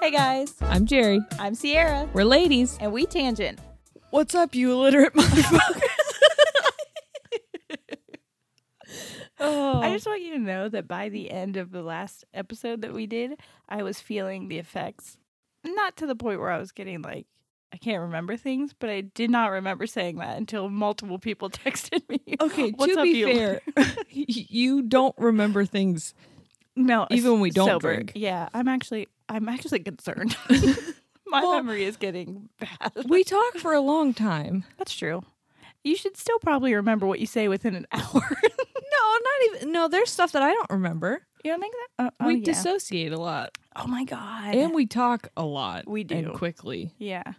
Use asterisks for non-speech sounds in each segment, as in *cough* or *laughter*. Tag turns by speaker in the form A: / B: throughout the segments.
A: Hey guys,
B: I'm Jerry.
A: I'm Sierra,
B: We're ladies.
A: and we tangent.
B: What's up, you illiterate *laughs* motherfuckers? oh.
C: I just want you to know that by the end of the last episode that we did, I was feeling the effects. Not to the point where I was getting like I can't remember things, but I did not remember saying that until multiple people *laughs* texted me.
B: okay,
C: "What's
B: to
C: up,
B: be
C: you?" *laughs*
B: fair, you don't remember things.
C: no,
B: even when we don't
C: sober.
B: drink.
C: Yeah, I'm actually I'm actually
B: *laughs*
C: concerned. *laughs* My
B: Well-
C: memory is getting bad.
B: We talked for a long time.
C: That's true. You should still probably remember what you say within an *laughs* hour.
B: No, not even. No, there's stuff that I don't Uh, remember.
C: you don't think that? Oh, oh,
B: we
C: yeah.
B: dissociate a lot,
C: oh my god.
B: and we talk a lot.
C: We do.
B: and quickly.
C: yeah.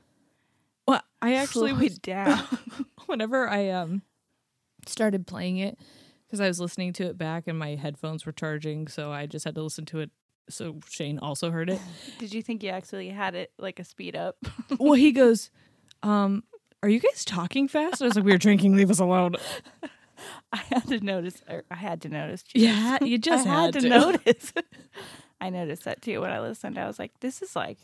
B: Well, I *laughs* actually
C: Slow
B: was
C: it
B: *laughs*
C: down. *laughs*
B: whenever I um started playing it because I was listening to it back and my headphones were charging, so I just had to listen to it. So Shane also heard *laughs* it.
C: Did you think you actually had it like a speed up? *laughs*
B: well, he goes, um, "Are you guys talking fast?" I was like, "We were drinking. Leave us alone."
C: I had to notice. Or I had to notice. Jeez.
B: *laughs* Yeah, you just
C: I
B: had,
C: to,
B: *laughs*
C: notice. *laughs* I noticed that too when I listened. I was like, "This is like."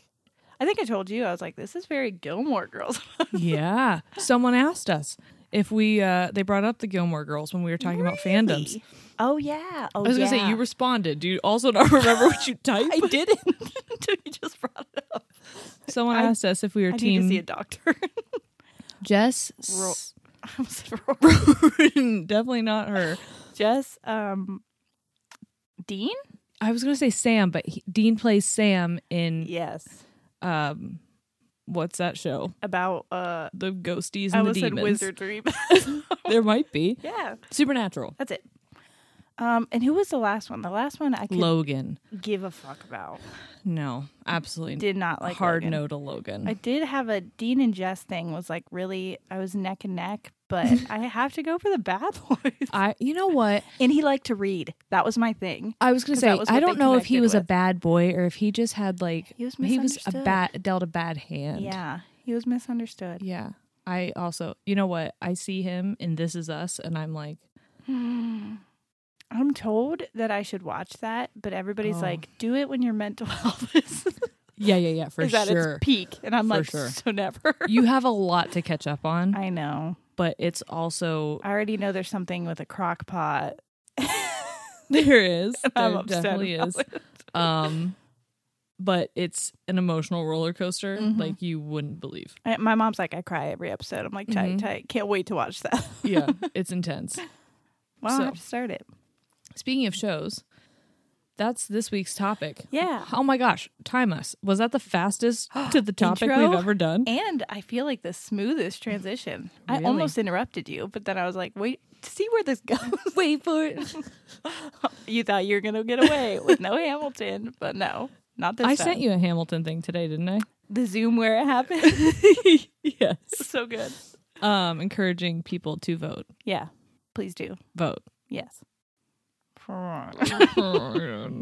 C: I think I told you. I was like, "This is very Gilmore Girls." *laughs*
B: yeah, someone asked us if we. Uh, they brought up the Gilmore Girls when we were talking about fandoms.
C: oh yeah. Oh,
B: I was gonna say you responded. Do you also not *laughs* remember what you
C: *laughs*
B: typed?
C: I didn't *laughs* until you just brought it up.
B: Someone
C: I-
B: asked us if we were
C: I need
B: team
C: to see a doctor. *laughs*
B: Jess.
C: Ro-
B: S- *laughs*
C: I'm sorry.
B: Definitely not her.
C: Jess, um, Dean.
B: I was gonna say Sam, but he, Dean plays Sam in
C: Yes.
B: um, what's that show?
C: About uh,
B: The ghosties
C: I
B: and the
C: almost said *laughs*
B: demons.
C: wizardry.
B: *laughs* There might be
C: yeah,
B: supernatural.
C: that's it. Um, and who was the last one? The last one I could
B: Logan.
C: give a fuck about.
B: No, absolutely
C: Did not like
B: hard
C: Logan.
B: no to Logan.
C: I did have a Dean and Jess thing. Was like really, I was neck and neck, *laughs* but I have to go for the bad *laughs* boys.
B: I you know what
C: And he liked to read. That was my thing.
B: I was gonna
C: 'Cause
B: say
C: that was
B: I
C: what
B: don't
C: they
B: know if he
C: connected
B: was a
C: with.
B: bad boy or if he just had like
C: He was
B: a
C: misunderstood.
B: bad dealt a bad hand
C: Yeah, he was misunderstood.
B: yeah I also you know what I see him in This Is Us and I'm like
C: I'm told that I should watch that, but everybody's
B: Oh.
C: like, "Do it when your *laughs* mental health is,
B: yeah yeah yeah for
C: is at
B: sure
C: its peak," *laughs* and I'm
B: For
C: like,
B: sure.
C: "So never."
B: you have a lot to catch up
C: *laughs*
B: on
C: I know.
B: but it's also
C: I already know there's something with a crock pot.
B: there is
C: I'm
B: *laughs* there
C: upset *laughs*
B: definitely
C: about
B: is um but it's an emotional roller coaster
C: Mhm.
B: like you wouldn't believe.
C: I, my mom's like, I cry every episode. I'm like, tight,
B: Mhm.
C: tight. Can't wait to watch that. *laughs*
B: Yeah, *laughs* it's intense.
C: well,
B: So-
C: I have to start it.
B: Speaking of shows, that's this week's topic.
C: Yeah.
B: Oh my gosh, time us. Was that the fastest
C: *gasps*
B: to the topic
C: Intro?
B: we've ever done?
C: *laughs* And I feel like the smoothest transition. I
B: Really?
C: almost interrupted you, but then I was like, wait, to see where this *laughs* goes.
B: Wait for it.
C: *laughs* you thought you were going to get away with no Hamilton, but no, not this
B: I
C: time.
B: sent you a Hamilton thing today, didn't I?
C: the Zoom where it *laughs* happened.
B: yes.
C: so good.
B: Um, encouraging people to vote.
C: Yeah, please do.
B: *laughs* Vote.
C: Yes.
B: Oh,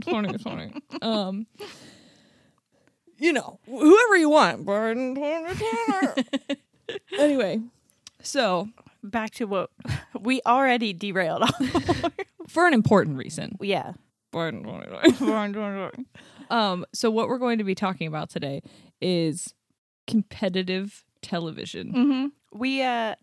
B: Twenty twenty. Um, you know, whoever you want. Biden, *laughs* anyway, so
C: Back to what *laughs* we already derailed on.
B: for an important reason.
C: *laughs* yeah.
B: Biden, Um, so what we're going to be talking about today is competitive television.
C: hmm We uh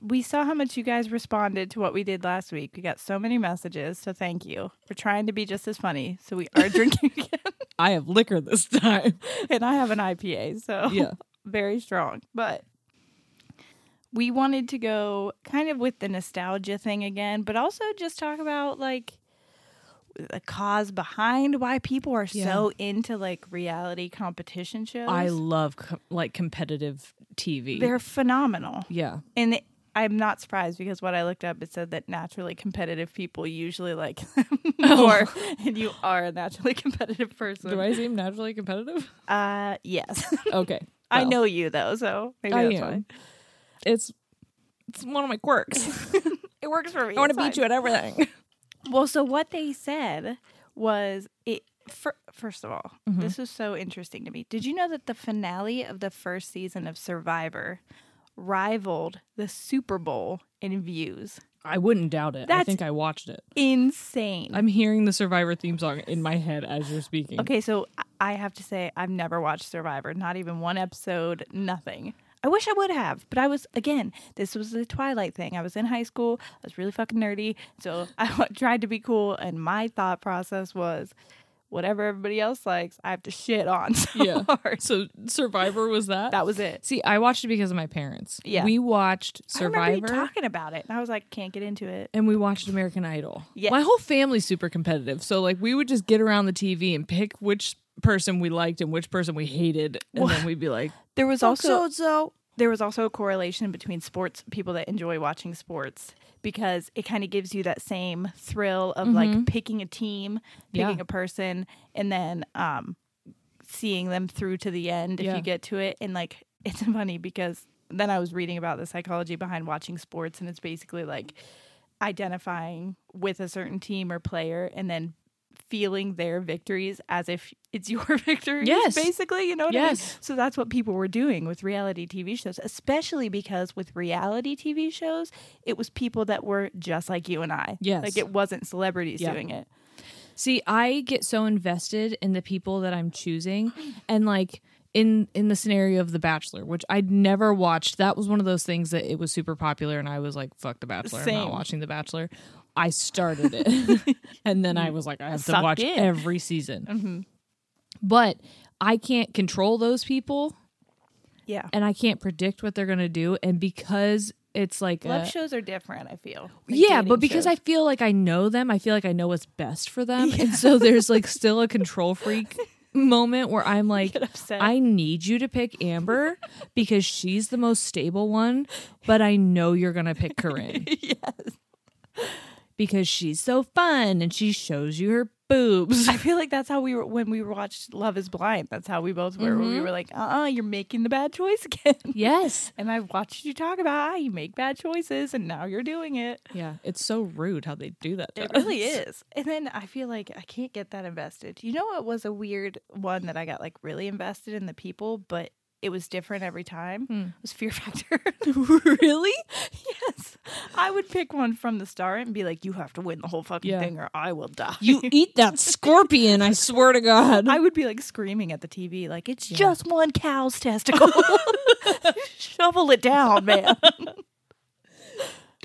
C: we saw how much you guys responded to what we did last week. We got so many messages, so thank you. We're trying to be just as funny, so we
B: *laughs*
C: are drinking again.
B: I have liquor this time.
C: And I have an IPA, so
B: *laughs* Yeah.
C: *laughs* very strong. But we wanted to go kind of with the nostalgia thing again, but also just talk about like the cause behind why people are
B: Yeah.
C: so into like reality competition shows.
B: *laughs* I love com- like competitive TV.
C: They're phenomenal.
B: yeah.
C: And it- I'm not surprised because what I looked up, it said that naturally competitive people usually like *laughs* more, and you are a naturally *laughs* competitive person.
B: Oh. Do I seem naturally competitive?
C: Uh,
B: *laughs*
C: yes,
B: Okay.
C: *laughs* I
B: well,
C: know you though, so maybe
B: Oh. I
C: that's
B: am.
C: why.
B: It's it's one of my quirks.
C: *laughs* It works for me.
B: I want to beat you at everything. *laughs*
C: Well, so what they said was it. fir- First of all,
B: Mhm.
C: this is so interesting to me. Did you know that the finale of the first season of Survivor rivaled the Super Bowl in views?
B: I wouldn't doubt it. I
C: That's-
B: think I watched it.
C: Insane.
B: I'm hearing the Survivor theme song in my head as you're speaking.
C: Okay, so I- I have to say I've never watched Survivor, not even one episode, nothing. I wish I would have, but I was again, this was the Twilight thing. I was in high school, I was really fucking nerdy, so *laughs* I tried to be cool and my thought process was whatever everybody else likes, I have to shit on *laughs* so
B: Yeah.
C: hard.
B: So Survivor was that?
C: That was it.
B: See, I watched it because of my parents.
C: Yeah.
B: We watched
C: I remember
B: Survivor.
C: you talking about it, and I was like, can't get into it.
B: and we watched American Idol.
C: Yeah.
B: My whole family's super competitive. So like we would just get around the TV and pick which person we liked and which person we hated. And then we'd be like,
C: There was also there was also a correlation between sports people that enjoy watching sports because it kind of gives you that same thrill of like picking a team,
B: Mm-hmm. Yeah.
C: picking a person, and then um, seeing them through to the end if
B: Yeah.
C: you get to it. And like *laughs* it's funny because then I was reading about the psychology behind watching sports, and it's basically like identifying with a certain team or player, and then feeling their victories as if it's *laughs* your victories
B: Yes.
C: basically you know what I mean?
B: Yes.
C: So that's what people were doing with reality TV shows, especially because with reality TV shows, it was people that were just like you and I.
B: Yes.
C: Like it wasn't celebrities
B: Yeah.
C: doing it.
B: See, I get so invested in the people that I'm choosing and like in in the scenario of The Bachelor, which I'd never watched. That was one of those things that it was super popular and I was like, fuck The Bachelor, I'm
C: Same.
B: not watching The Bachelor. I started
C: *laughs*
B: it. and then I was like, I have to
C: Sucked
B: watch
C: in. Mm-hmm.
B: every season. But I can't control those people
C: Yeah.
B: and I can't predict what they're going to do and because it's like a-
C: Love shows are different, I feel. Like
B: uh, yeah, but
C: dating
B: because
C: shows.
B: I feel like I know them, I feel like I know what's best for them. And so there's
C: *laughs*
B: like still a control freak moment where I'm like,
C: upset.
B: I need you to pick Amber because she's the most stable one, but I know you're going to pick Corinne.
C: *laughs*
B: yes. Because she's so fun and she shows you her
C: *laughs*
B: boobs.
C: I feel like that's how we were when we watched Love is Blind. That's how we both were.
B: Mm-hmm.
C: We were like, uh uh-uh, uh, you are making the bad choice *laughs* again.
B: *laughs* yes.
C: And I watched you talk about how you make bad choices and now you're doing it.
B: Yeah. It's so rude how they do that. to *laughs*
C: It really
B: us.
C: is. And then I feel like I can't get that invested. You know what was a weird one that I got like really invested in the people, but it was different every time?
B: Hmm.
C: It was Fear
B: *laughs*
C: Factor. really? Yes. *laughs* I would pick one from the start and be like, you have to win the whole fucking
B: Yeah.
C: thing or I will die.
B: You eat that scorpion, I swear to God.
C: *laughs* I would be like screaming at the TV, like, it's just one cow's
B: *laughs*
C: testicle. *laughs* Shovel it down, man.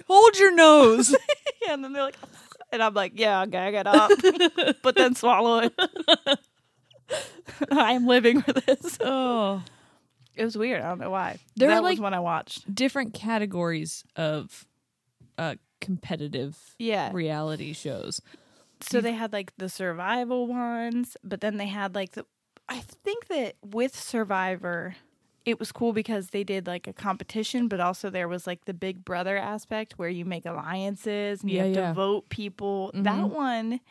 B: Hold
C: *laughs*
B: your nose.
C: "Oh," and then they're like, and I'm like, yeah, gag it up, but then swallow it. *laughs* I'm living for this.
B: Oh,
C: It was weird. I don't know why.
B: There are,
C: that
B: like-
C: was when I watched.
B: different categories of uh competitive
C: Yeah. *laughs*
B: reality shows. Mm.
C: So they had like the survival ones, but then they had like the. I think that with Survivor, it was cool because they did like a competition, but also there was like the Big Brother aspect where you make alliances and you
B: Yeah,
C: have
B: yeah. Mm-hmm.
C: to vote people. That one,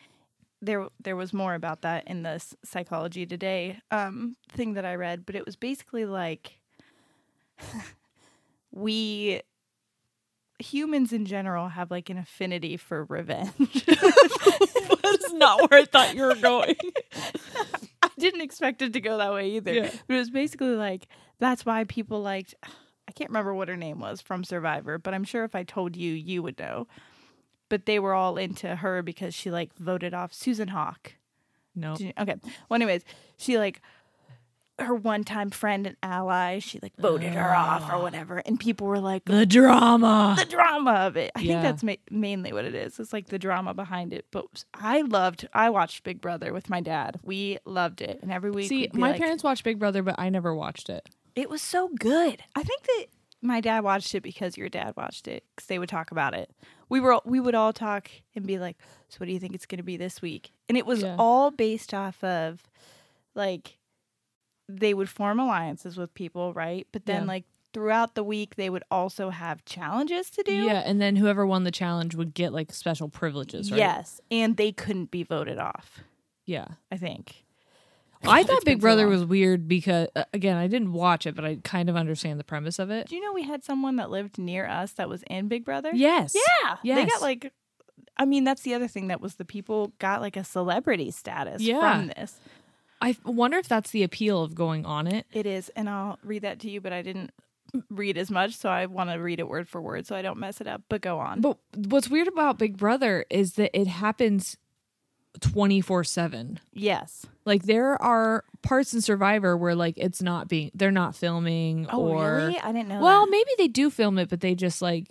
C: there there was more about that in the s- Psychology Today um, thing that I read, but it was basically like *laughs* we humans in general have like an affinity for revenge.
D: That's not where I thought you were going.
C: I *laughs* didn't expect it to go that way either.
B: Yeah.
C: But it was basically like that's why people liked *sighs* I can't remember what her name was from Survivor, but I'm sure if I told you you would know. But they were all into her because she like voted off Susan Hawk.
B: *laughs* No.
C: Did you- Okay. Well, anyways, she like her one-time friend and ally, she like voted her off or whatever, and people were like
B: Ah. The drama.
C: *laughs* the drama of it. I
B: Yeah.
C: think that's ma- mainly what it is. It's like the drama behind it. But I loved. I watched Big Brother with my dad. We loved it, and every week,
B: See,
C: we'd be
B: my
C: like,
B: parents watched Big Brother, but I never watched it.
C: it was so good. I think that my dad watched it because your dad watched it because they would talk about it. We were we would all talk and be like, "So what do you think it's going to be this week?" And it was
B: Yeah.
C: all based off of like they would form alliances with people, right? But then
B: Yeah.
C: like throughout the week they would also have challenges to do.
B: Yeah, and then whoever won the challenge would get like special privileges, right?
C: Yes, and they couldn't be voted off.
B: Yeah.
C: I think.
B: I
C: It's
B: thought
C: been
B: Big
C: so
B: Brother
C: long.
B: was weird because uh, again, I didn't watch it, but I kind of understand the premise of it.
C: Do you know we had someone that lived near us that was in Big Brother?
B: Yes.
C: Yeah. They
B: Yes.
C: got like. I mean, that's the other thing that was the people got like a celebrity status
B: Yeah.
C: from this.
B: I wonder if that's the appeal of going on it.
C: It is, and I'll read that to you, but I didn't read as much, so I want to read it word for word, so I don't mess it up. But go on.
B: But what's weird about Big Brother is that it happens 24/7.
C: yes.
B: Like there are parts in Survivor where like it's not being they're not filming
C: Oh,
B: or
C: really? I didn't know.
B: Well,
C: that.
B: maybe they do film it, but they just like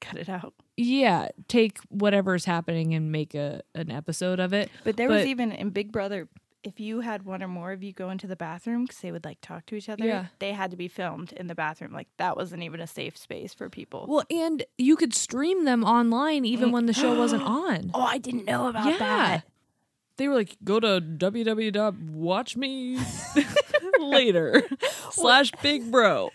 C: cut it out.
B: yeah, take whatever's happening and make a an episode of it.
C: But there was
B: But-
C: even in Big Brother, if you had one or more of you go into the bathroom because they would like talk to each other,
B: Yeah.
C: they had to be filmed in the bathroom. Like that wasn't even a safe space for people.
B: Well, and you could stream them online even when the show
C: *gasps*
B: wasn't on.
C: oh, I didn't know about
B: yeah.
C: that.
B: They were like, go to
C: *laughs*
B: www.watchme *laughs* later slash big bro.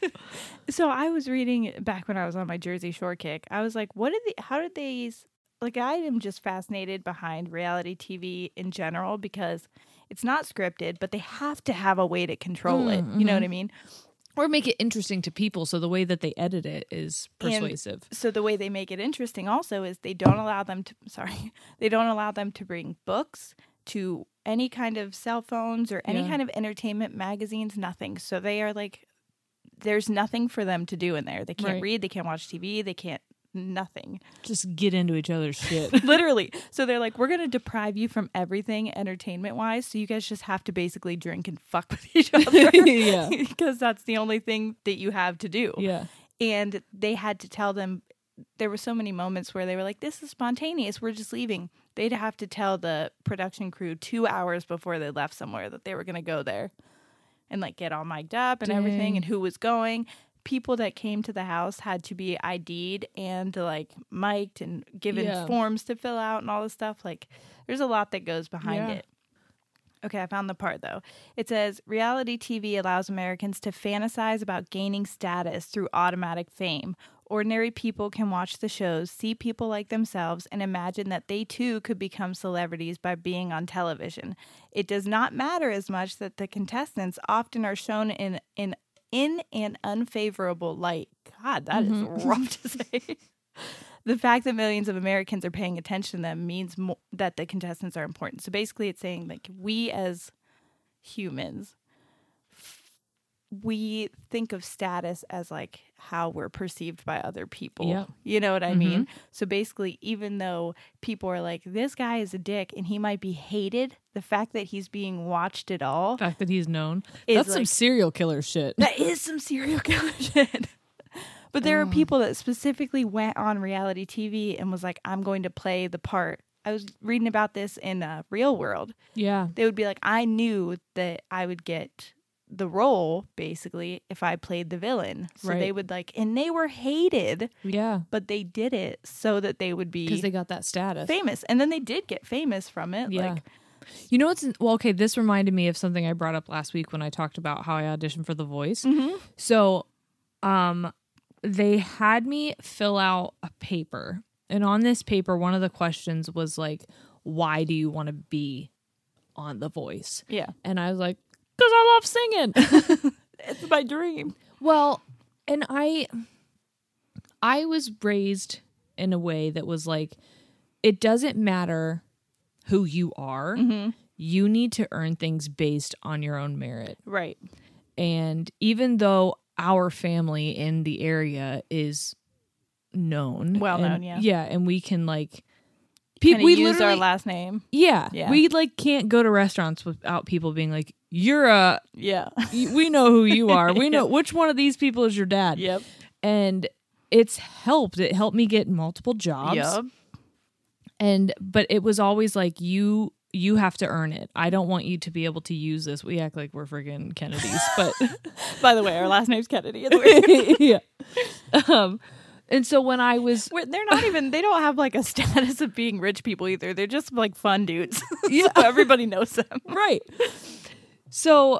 C: So I was reading back when I was on my Jersey Shore kick. I was like, what did the, how did these, like, I am just fascinated behind reality TV in general because it's not scripted, but they have to have a way to control it.
B: Mm,
C: You know what I
B: mm-hmm.
C: mean?
B: Or make it interesting to people. So the way that they edit it is
C: And-
B: persuasive.
C: so the way they make it interesting also is they don't allow them to *laughs* sorry they don't allow them to bring books to any kind of cell phones or any
B: Yeah.
C: kind of entertainment magazines nothing so they are like there's nothing for them to do in there they can't
B: Right.
C: read they can't watch tv they can't nothing
B: Just get into each other's
C: *laughs*
B: shit. *laughs*
C: literally so they're like we're going to deprive you from everything entertainment wise so you guys just have to basically drink and fuck with each other *laughs*
B: Yeah.
C: because that's the only thing that you have to do
B: yeah.
C: and they had to tell them there were so many moments where they were like this is spontaneous we're just leaving they'd have to tell the production crew two hours before they left somewhere that they were going to go there and like get all mic'd up and everything
B: Dang.
C: and who was going people that came to the house had to be id'd and like mic'd and given
B: Yeah.
C: forms to fill out and all this stuff like there's a lot that goes behind
B: Yeah.
C: it Okay, I found the part though. It says reality TV allows Americans to fantasize about gaining status through automatic fame. Ordinary people can watch the shows, see people like themselves, and imagine that they too could become celebrities by being on television. It does not matter as much that the contestants often are shown in in in an unfavorable light. God, that is *laughs* rough to say. the fact that millions of Americans are paying attention to them means mo- that the contestants are important. So basically, it's saying like we as humans, we think of status as like how we're perceived by other people.
B: Yeah.
C: You know what I mean? So basically, even though people are like, this guy is a dick and he might be hated, the fact that he's being watched at all
B: The fact that he's known.
C: Is
B: That's some
C: like-
B: serial killer shit.
C: that is some serial *laughs* killer shit.
B: Mm.
C: But there are people that specifically went on reality TV and was like, I'm going to play the part I was reading about this in uh, Real World.
B: Yeah.
C: They would be like, I knew that I would get the role basically if I played the villain. So
B: Right.
C: they would like, and they were hated,
B: Yeah.
C: but they did it so that they would be
B: Because they got that status.
C: famous. And then they did get famous from it.
B: Yeah.
C: Like,
B: You know what's well? Okay, this reminded me of something I brought up last week when I talked about how I auditioned for The Voice.
C: Mhm.
B: So, um, they had me fill out a paper, and on this paper, one of the questions was like, "Why do you want to be on The Voice?"
C: yeah.
B: And I was like, "Cause I
C: *laughs*
B: love singing."
C: It's my dream.
B: Well, and I I was raised in a way that was like it doesn't matter who you are.
C: Mm-hmm.
B: You need to earn things based on your own merit.
C: Right.
B: And even though our family in the area is known,
C: Well
B: and-
C: known, yeah.
B: Yeah, and we can like
C: Can
B: people we
C: use our
B: literally-
C: last name.
B: yeah,
C: Yeah.
B: we like can't go to restaurants without people being like you're a *laughs*
C: Yeah.
B: we know
C: *laughs*
B: who you are. We know which one of these people is your dad
C: yep.
B: and it's helped it helped me get multiple jobs
C: Yep.
B: and but it was always like you you have to earn it i don't want you to be able to use this we act like we're friggin' kennedys
C: *laughs*
B: but *laughs*
C: By the way, our last name's Kennedy. It's weird.
B: yeah um and so when i
C: *laughs*
B: was
C: We're- they're not even. They don't have like a status of being rich people either. They're just like fun dudes. *laughs*
B: Yeah.
C: so everybody knows them.
B: right so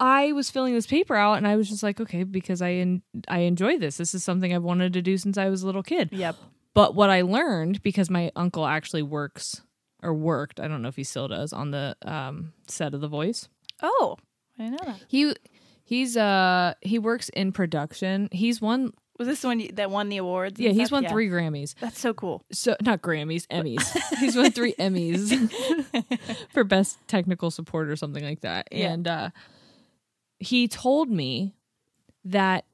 B: i was filling this paper out and i was just like okay because i en- i enjoy this this is something i've wanted to do since i was a little kid
C: Yep.
B: But what I learned because my uncle actually works or worked, I don't know if he still does on the um, set of The Voice.
C: Oh, I didn't know that.
B: He he's uh he works in production. He's won
C: Was this the one you, that won the awards? and
B: yeah, he's
C: stuff?
B: won 3 Grammys.
C: That's so cool.
B: So not Grammys, Emmys. *laughs* he's won 3 Emmys *laughs* for best technical support or something like that.
C: Yeah.
B: And uh he told me that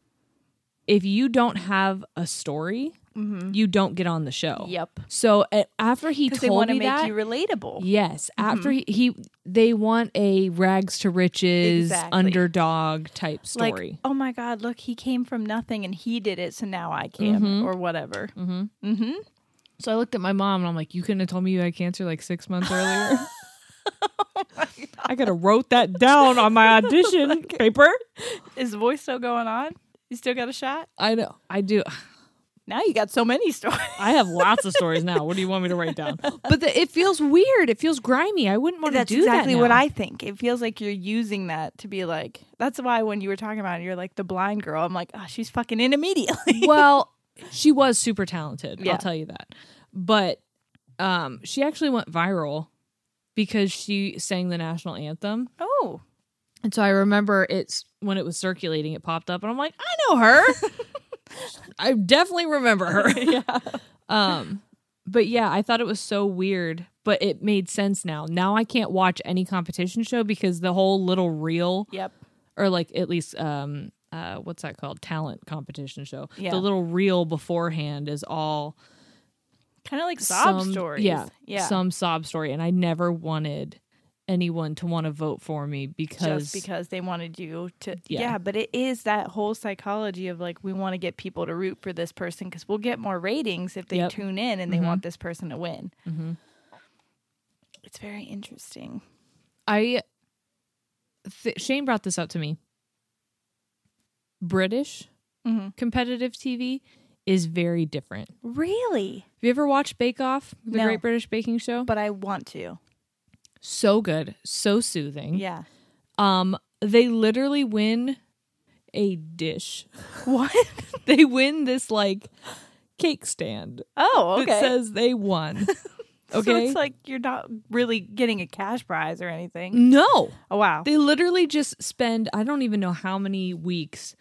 B: if you don't have a story,
C: Mm-hmm.
B: you don't get on the show.
C: Yep.
B: So uh, after he
C: Because
B: told
C: they want to
B: me
C: make
B: that,
C: you relatable.
B: Yes, after he, he they want a rags to riches
C: Exactly.
B: underdog type
C: Like,
B: story.
C: oh my God, look, he came from nothing and he did it, so now I can,
B: Mhm.
C: or whatever.
B: hmm
C: Mm-hmm.
B: So I looked at my mom and I'm like, "You couldn't have told me you had cancer like six *laughs* months earlier." Oh I could have wrote that down on *laughs* my audition paper.
C: Is the voice still going on? You still got a shot?
B: I know. I do.
C: Now you got so many stories.
B: I have lots of stories now. What do you want me to write down? *laughs* But the, it feels weird. It feels grimy. I wouldn't want
C: That's
B: to do
C: exactly
B: that
C: what
B: now.
C: I think. It feels like you're using that to be like. That's why when you were talking about it, you're like the blind girl. I'm like, oh, she's fucking in immediately. *laughs*
B: well, she was super talented.
C: Yeah.
B: I'll tell you that. But um, she actually went viral because she sang the national anthem.
C: oh,
B: And so I remember it's when it was circulating, it popped up, and I'm like, I know her. I definitely remember her.
C: *laughs* yeah.
B: *laughs* Um, but yeah, I thought it was so weird, but it made sense now. Now I can't watch any competition show because the whole little reel
C: *laughs* Yep.
B: or like at least um uh what's that called talent competition show
C: Yeah.
B: the little reel beforehand is all
C: Kind of like sob
B: some-
C: stories.
B: yeah
C: Yeah.
B: some sob story and i never wanted anyone to want to vote for me because,
C: just because they wanted you to yeah.
B: Yeah.
C: but it is that whole psychology of like we want to get people to root for this person because we'll get more ratings if they
B: Yep. Mm-hmm.
C: tune in and they want this person to win
B: Mhm.
C: it's very interesting
B: i th- shane brought this up to me british
C: Mhm.
B: competitive tv is very different have
C: really
B: you ever watched bake off the
C: No.
B: great british baking show
C: but i want to
B: so good so soothing
C: yeah
B: um they literally win a dish
C: what
B: *laughs* they win this like cake stand
C: oh
B: that
C: okay
B: says they won. *laughs* Okay.
C: so it's like you're not really getting a cash prize or anything
B: no.
C: oh wow
B: They literally just spend I don't even know how many weeks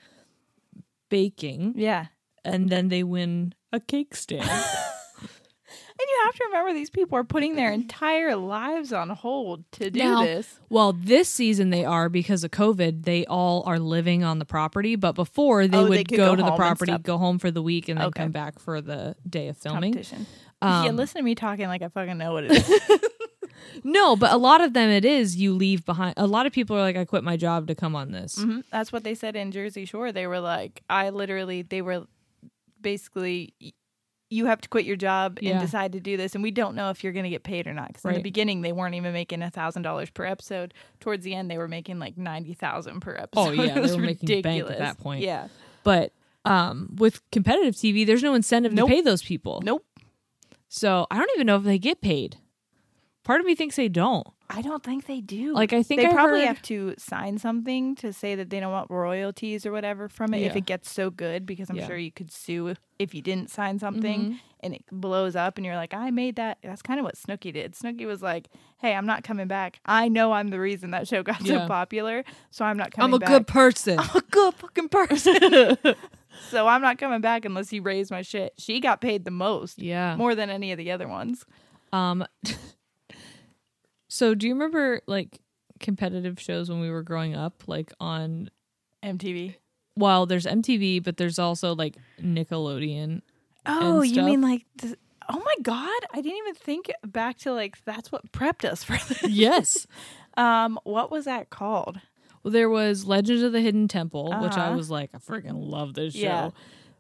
B: baking
C: yeah
B: and then they win a cake
C: *laughs*
B: stand.
C: and you have to remember these people are putting their entire lives on hold to do
B: Now-
C: this
B: well, this season they are because of COVID, they all are living on the property, but before they
C: Oh, they
B: would
C: could go
B: go, to the
C: home and
B: property,
C: stuff.
B: go home for the week and then
C: Okay.
B: come back for the day of filming.
C: competition yeah
B: Um,
C: listen to me talking like i fucking know what it
B: *laughs*
C: is
B: No, but a lot of them it is you leave behind. A lot of people are like I quit my job to come on this.
C: Mhm. That's what they said in Jersey Shore. They were like, I literally, they were basically, you have to quit your job
B: Yeah.
C: and decide to do this and we don't know if you're going to get paid or not because in
B: Right.
C: the beginning they weren't even making a thousand dollars per episode towards the end they were making like 90000 per episode *laughs*
B: Oh, yeah,
C: It
B: they
C: was
B: were making bank at
C: ridiculous.
B: that point.
C: yeah
B: But um, with competitive TV, there's no incentive
C: Nope.
B: to pay those people.
C: nope
B: So I don't even know if they get paid. Part of me thinks they don't.
C: i don't think they do
B: Like I think
C: they
B: I
C: probably
B: heard-
C: have to sign something to say that they don't want royalties or whatever from it if
B: Yeah.
C: it gets so good because i'm
B: Yeah. Mm-hmm.
C: sure you could sue if, if you didn't sign something and it blows up and you're like i made that that's kind of what snooki did snooki was like hey i'm not coming back i know i'm the reason that show got
B: Yeah.
C: so popular so i'm not coming
B: I'm a
C: back *laughs*
B: good person.
C: i'm a good fucking
B: *laughs*
C: person *laughs* so i'm not coming back unless you raise my shit she got paid the most
B: Yeah.
C: more than any of the other ones
B: Um *laughs* So do you remember like competitive shows when we were growing up like on
C: mtv
B: well there's MTV but there's also like Nickelodeon.
C: Oh, you
B: stuff.
C: mean like? This, oh my god! I didn't even think back to like that's what prepped us for this. *laughs*
B: Yes.
C: Um, what was that called?
B: *laughs* well, there was Legends of the Hidden Temple which I
C: Uh-huh.
B: was like I freaking love this show.
C: Yeah.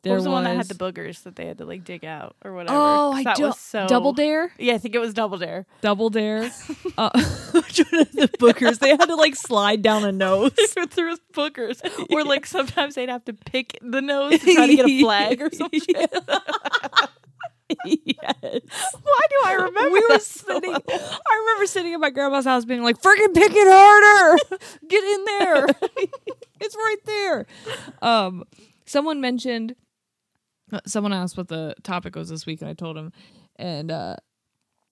B: There
C: what was the one that had the boogers that they had to like dig out or whatever?
B: Oh,
C: 'Cause
B: I
C: that
B: do.
C: was so
B: Double Dare?
C: Yeah, I think it was Double Dare.
B: *laughs* Double
C: *laughs*
B: Dare. Uh, *laughs* which one of the bookers they had to like slide down a nose.
C: Through his
B: *laughs*
C: boogers, or like sometimes they'd have to pick the nose to try to get a flag
B: *laughs*
C: or something. *laughs*
B: yes.
C: Why do I remember?
B: *laughs* we were
C: that so
B: sitting.
C: well?
B: I remember sitting at my grandma's house, being like, "Freaking pick it harder! *laughs* Get in there! *laughs* it's right there." Um, someone mentioned. uh, Someone asked what the topic was this week, and I told him. And uh,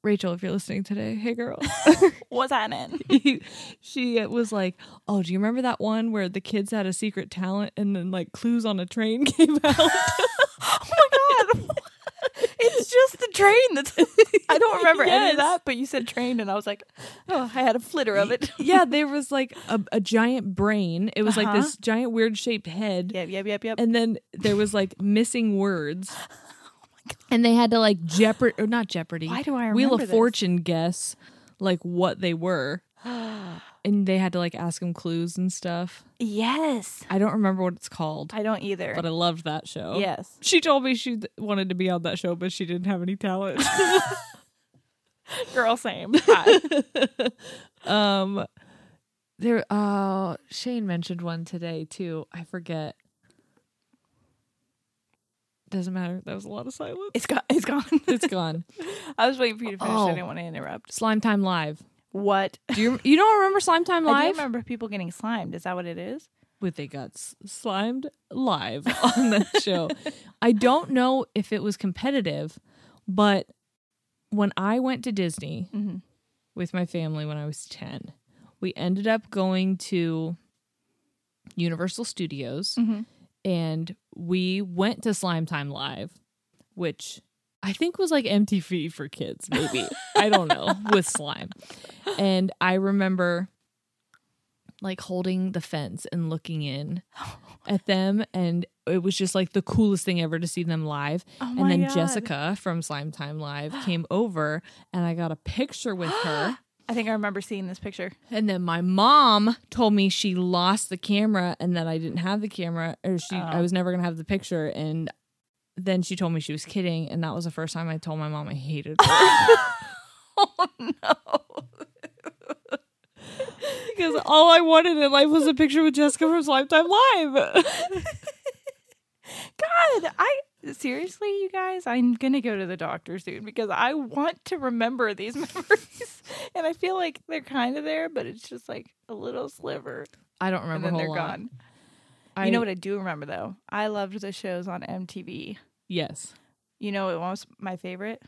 B: Rachel, if you're listening today, hey girl, *laughs*
C: Was that in?
B: she was like, "Oh, do you remember that one where the kids had a secret talent, and then like clues on a train *laughs* came
C: *laughs*
B: out?"
C: Oh
B: *laughs*
C: my god. It's just the train that's. I don't remember any
B: Yes.
C: of that, but you said train, and I was like, oh, I had a flitter of
B: *laughs*
C: it.
B: yeah, there was like a, a giant brain. It was like
C: Uh-huh.
B: this giant weird shaped head.
C: Yep, yep, yep, yep.
B: and then there was like
C: *laughs*
B: missing words. And they had to like Jeopardy or not Jeopardy.
C: Oh Why do I
B: Wheel
C: remember
B: of
C: this?
B: Fortune guess like what
C: *gasps*
B: they were, and they had to like ask them clues and stuff.
C: yes.
B: I don't remember what it's called,
C: I don't either.
B: but I loved that show.
C: yes.
B: she told me she th- wanted to be on that show, but she didn't have any talent. *laughs*
C: Girl, same.
B: um, there. Uh, Shane mentioned one today too. I forget. Doesn't matter. That was a lot of silence.
C: it's gone. It's gone.
B: *laughs* It's gone.
C: I was waiting for you to finish.
B: Oh.
C: I didn't want to interrupt.
B: Slime Time Live.
C: What?
B: Do you you don't remember Slime Time
C: I do
B: Live?
C: remember people getting slimed. Is that what it is?
B: With they got s- slimed live *laughs* on that show. I don't know if it was competitive, but when I went to Disney
C: Mhm.
B: with my family when I was ten, we ended up going to Universal Studios,
C: Mhm.
B: and we went to Slime Time Live, which I think was like MTV for
C: *laughs*
B: kids, maybe. I don't know, with slime. And I remember like holding the fence and
C: *laughs*
B: looking in at them and it was just like the coolest thing ever to see them live.
C: Oh
B: and
C: my
B: then
C: God.
B: Jessica from Slime Time Live came over and I got a picture with
C: *gasps*
B: her.
C: I think I remember seeing this picture.
B: And then my mom told me she lost the camera and that I didn't have the camera or she
C: Oh.
B: I was never going to have the picture and then she told me she was kidding and that was the first time I told my mom I hated her
C: *laughs*
B: *laughs*
C: Oh no.
B: because all I wanted in life was a picture with Jessica from Slime Time
C: *laughs*
B: Live.
C: God, I seriously, you guys, I'm gonna go to the doctor soon because I want to remember these *laughs* memories, and I feel like they're kind of there, but it's just like a little sliver,
B: I don't
C: and
B: remember a
C: then
B: whole
C: they're
B: lot.
C: gone.
B: I
C: you know what I do remember though? I loved the shows on MTV.
B: Yes.
C: You know, it was my favorite.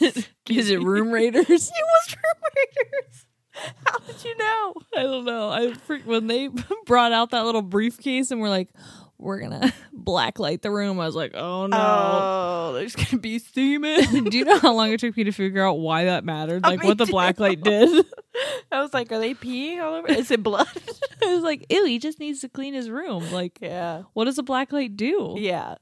B: Is *laughs* it Room Raiders?
C: *laughs* It was Room Raiders. *laughs* How did you know?
B: I don't know. I freak when they *laughs* brought out that little briefcase and we're like, we're gonna *laughs* blacklight the room. I was like, oh no.
C: Oh, there's gonna be semen.
B: *laughs* Do you know how long it took me to figure out why that mattered?
C: Oh,
B: Like
C: me
B: what the
C: too. *laughs*
B: blacklight did?
C: *laughs*
B: *laughs*
C: I was like, are they peeing all over? Is it blood?
B: I was like, ew, he just needs to clean his room. Like,
C: *laughs* yeah.
B: what does a blacklight do?
C: Yeah.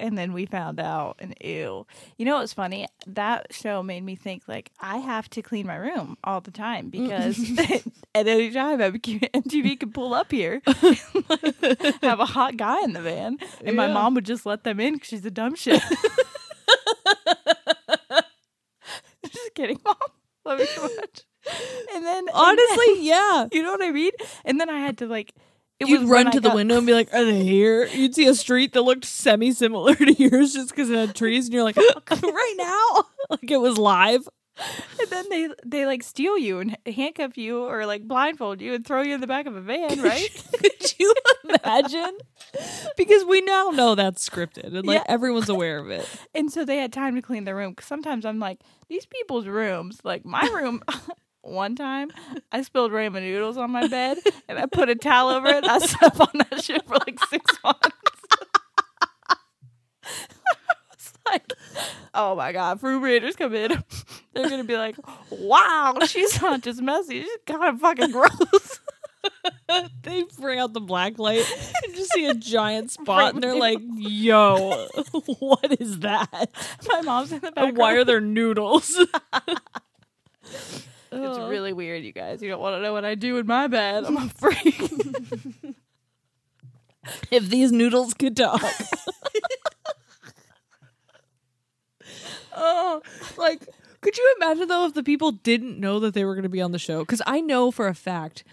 C: And then we found out, and ew. You know what's funny? That show made me think like I have to clean my room all the
B: Mm.
C: time because
B: *laughs*
C: *laughs* at any time MQ- MTV could pull up here, and, like, have a hot guy in the van, and my
B: Yeah. *laughs*
C: mom would just let them in because she's a dumb shit. *laughs* kidding, mom. Love you so much. And then and
B: Honestly, yeah.
C: then- *laughs* you know what I mean. And then I had to like, it
B: You'd
C: was when
B: run
C: I
B: to the
C: got- *laughs*
B: window and be like, "Are they here?" You'd see a street that looked semi-similar *laughs* to yours just because it had trees, and
C: *laughs*
B: you're like, "Right now, *laughs* like it was live."
C: And then they they like steal you and handcuff you or like blindfold you and throw you in the back of a van, right?
B: *laughs* Could you imagine? Because we now know that's scripted, and like
C: Yeah.
B: everyone's aware of it.
C: and so they had time to clean their room. 'Cause sometimes I'm like, these people's rooms, like my room. *laughs* One time, I spilled ramen noodles on my bed, and I put a towel over it. I *laughs* slept on that shit for like six *laughs* months. It's like, oh my god, room raiders come in. *laughs* They're gonna be like, wow, she's not just messy, she's kind of fucking gross. *laughs*
B: they bring out the black light and just see a *laughs* giant spot, and they're like, "Yo, *laughs* what is that?
C: my mom's in the background.
B: And why are there noodles?"
C: It's really weird, you guys. You don't want to know what I do in my bed. I'm a *laughs* freak.
B: *laughs* if these noodles could talk. *laughs* oh, like, could you imagine though if the people didn't know that they were going to be on the show? Because I know for a fact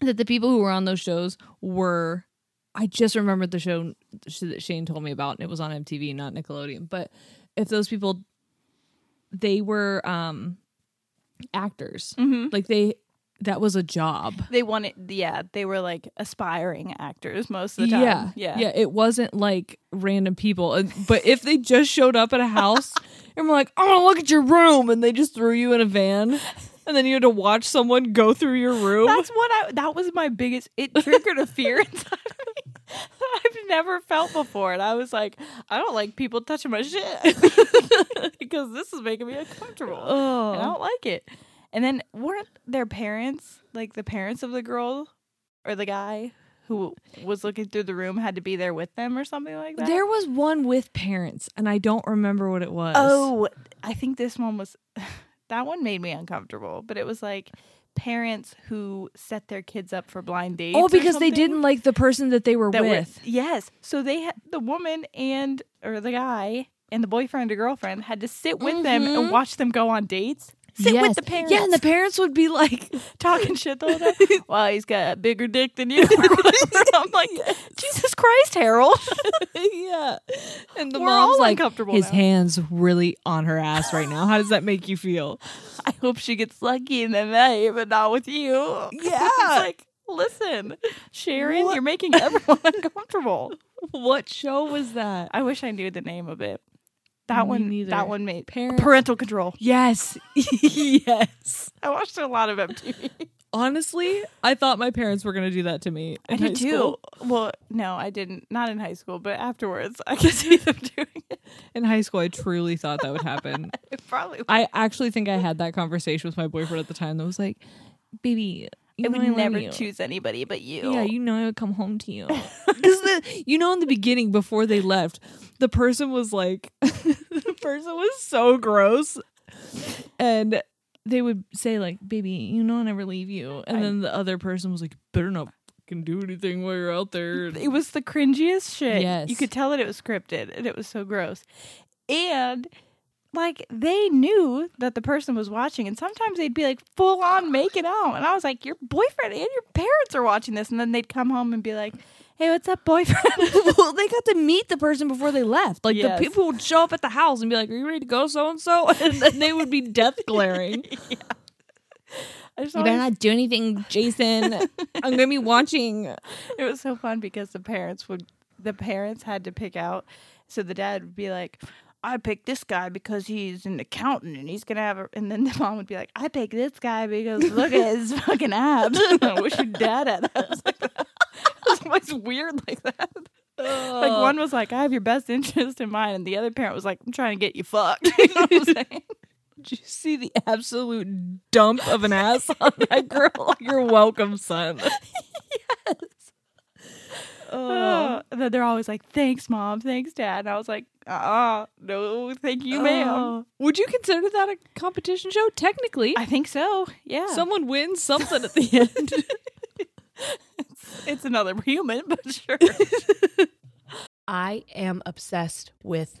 B: that the people who were on those shows were. I just remembered the show that Shane told me about, and it was on MTV, not Nickelodeon. But if those people, they were um actors, like they that was a job.
C: they wanted, yeah, they were like aspiring actors most of the time.
B: Yeah,
C: yeah,
B: yeah. It wasn't like random people, And- but if they just showed up at a house *laughs* and were like, "I want to look at your room," and they just threw you in a van, and then you had to watch someone go through your room.
C: That's what I. That was my biggest. It triggered a fear *laughs* inside of me that I've never felt before, and I was like, I don't like people touching my shit *laughs* because this is making me uncomfortable. And I don't like it. And then weren't their parents like the parents of the girl or the guy who was looking through the room had to be there with them or something like that?
B: there was one with parents, and I don't remember what it was.
C: Oh, I think this one was *laughs* that one made me uncomfortable, but it was like parents who set their kids up for blind dates.
B: oh,
C: or
B: because they
C: something
B: didn't like the person that they were
C: that were-
B: with.
C: yes. So they had the woman and or the guy and the boyfriend or girlfriend had to sit with them and watch them go on dates. Sit
B: Mm-hmm. Yes.
C: with the parents.
B: Yeah, and the parents would be like,
C: *laughs* talking shit the whole time. Wow, he's got a bigger dick than you. *laughs* I'm like, Jesus Christ, Harold.
B: *laughs* yeah. And the
C: We're
B: mom's
C: all
B: like,
C: uncomfortable
B: his
C: now.
B: hands really on her ass right now. How does that make you feel?
C: *laughs* I hope she gets lucky in the night, but not with you. *laughs* Yeah. like, listen, Sharon, you're making *laughs* everyone uncomfortable.
B: What show was that?
C: I wish I knew the name of it. That
B: Me
C: one
B: neither.
C: that one made
B: Parent-
C: parental control.
B: *laughs* Yes. *laughs* yes.
C: *laughs* I watched a lot of MTV.
B: Honestly, I thought my parents were going to do that to me. in high
C: *laughs*
B: school.
C: Well, no, I didn't. Not in high school, but afterwards *laughs* I could see them doing it.
B: In high school, I truly thought that would happen.
C: It probably
B: I actually think I had that conversation with my boyfriend at the time that was like, baby, you
C: I
B: know
C: would
B: I love
C: never
B: you."
C: choose anybody but you.
B: Yeah, you know I would come home
C: *laughs*
B: to you. Because you know in the beginning before they left, the person was like, *laughs* the person was so gross, and they would say like, "Baby, you know I never leave you," and then the other person was like, "Better not fucking do anything while you're out there."
C: It was the cringiest shit.
B: Yes.
C: You could tell that it was scripted and it was so gross. And like they knew that the person was watching and sometimes they'd be like full on making out. And I was like, Your boyfriend and your parents are watching this and then they'd come home and be like, Hey, what's up, boyfriend?
B: *laughs* well, they got to meet the person before they left. Like
C: Yes.
B: the people would show up at the house and be like, "Are you ready to go, so and so?" *laughs* And then they would be death glaring.
C: I just
B: *laughs* you
C: always-
B: better not do anything, *laughs* Jason. I'm gonna be watching.
C: it was so fun because the parents would the parents had to pick out so the dad would be like i picked this guy because he's an accountant and he's gonna have a and then the mom would be like i picked this guy because look at his fucking abs *laughs* i wish your dad had abs like that *laughs* it was always weird like that like one was like i have your best interest in mind and the other parent was like i'm trying to get you fucked *laughs* you know what i'm saying
B: Did you see the absolute dump of an ass on *laughs* that girl? You're welcome, son.
C: Oh. And then they're always like, thanks, mom. Thanks, dad. And I was like, uh uh no, thank you, ma'am.
B: Would you consider that a competition show? Technically,
C: I think so. Yeah.
B: someone wins something at the end.
C: it's another *laughs* human, but sure.
E: I am obsessed with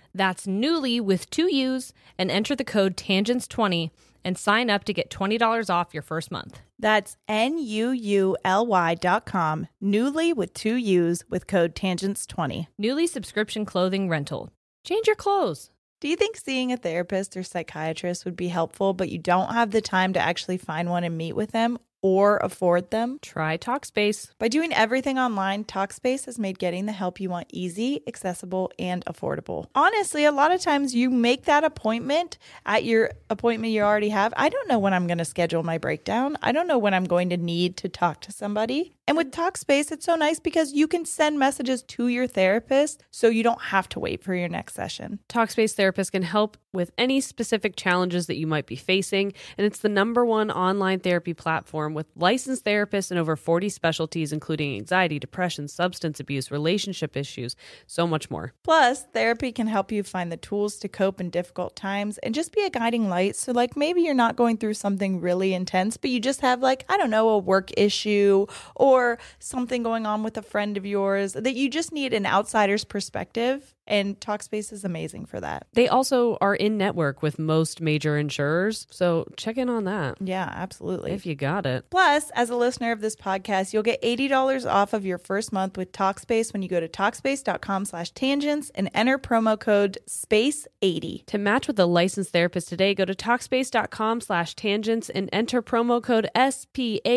D: That's newly with two U's and enter the code tangents20 and sign up to get $20 off your first month.
C: That's N U U L Y dot com, Newly with two U's with code TANGENTS20.
D: Newly subscription clothing rental. Change your clothes.
C: Do you think seeing a therapist or psychiatrist would be helpful, but you don't have the time to actually find one and meet with them or afford them?
D: Try Talkspace.
C: By doing everything online, Talkspace has made getting the help you want easy, accessible, and affordable. Honestly, a lot of times you make that appointment at your appointment you already have. I don't know when I'm going to schedule my breakdown. I don't know when I'm going to need to talk to somebody. And with Talkspace, it's so nice because you can send messages to your therapist so you don't have to wait for your next session.
E: Talkspace therapist can help with any specific challenges that you might be facing, and it's the number one online therapy platform with licensed therapists in over 40 specialties, including anxiety, depression, substance abuse, relationship issues, so much more.
C: Plus, therapy can help you find the tools to cope in difficult times and just be a guiding light. So, like, maybe you're not going through something really intense, but you just have, like, I don't know, a work issue or something going on with a friend of yours that you just need an outsider's perspective. And Talkspace is amazing for that.
E: They also are in network with most major insurers, so check in on that
C: Yeah, absolutely.
E: if you got it.
C: Plus, as a listener of this podcast, you'll get $80 off of your first month with Talkspace when you go to Talkspace.com slash tangents and enter promo code SPACE80.
E: To match with a licensed therapist today, go to Talkspace.com slash tangents and enter promo code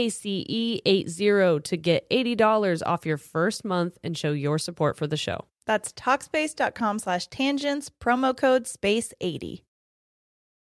E: SPACE80 E to get $80 off your first month and show your support for the show.
C: That's Talkspace.com slash tangents, promo code SPACE80.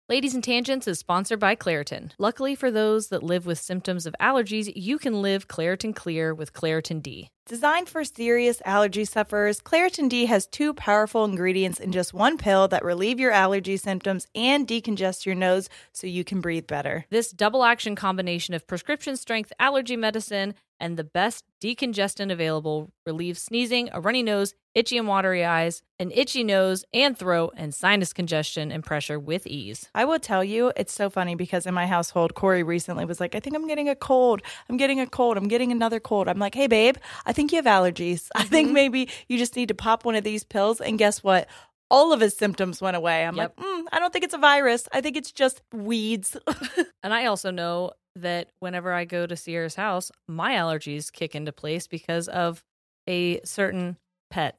D: Ladies and Tangents is sponsored by Claritin. Luckily for those that live with symptoms of allergies, you can live Claritin Clear with Claritin D.
C: Designed for serious allergy sufferers, Claritin D has two powerful ingredients in just one pill that relieve your allergy symptoms and decongest your nose so you can breathe better.
D: This double action combination of prescription strength allergy medicine and the best decongestant available relieves sneezing, a runny nose, itchy and watery eyes, an itchy nose and throat, and sinus congestion and pressure with ease.
C: I will tell you, it's so funny because in my household, Corey recently was like, I think I'm getting a cold. I'm getting a cold. I'm getting another cold. I'm like, hey, babe, I think you have allergies. I think maybe you just need to pop one of these pills. And guess what? All of his symptoms went away. I'm
D: Yep.
C: like, mm, I don't think it's a virus. I think it's just weeds. *laughs*
D: And I also know that whenever I go to Sierra's house, my allergies kick into place because of a certain pet.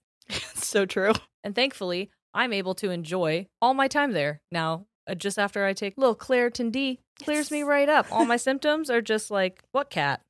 C: so true.
D: And thankfully, I'm able to enjoy all my time there. Now, uh, just after I take little Claritin D, clears me
C: Yes.
D: right up. All my symptoms are just like, what cat?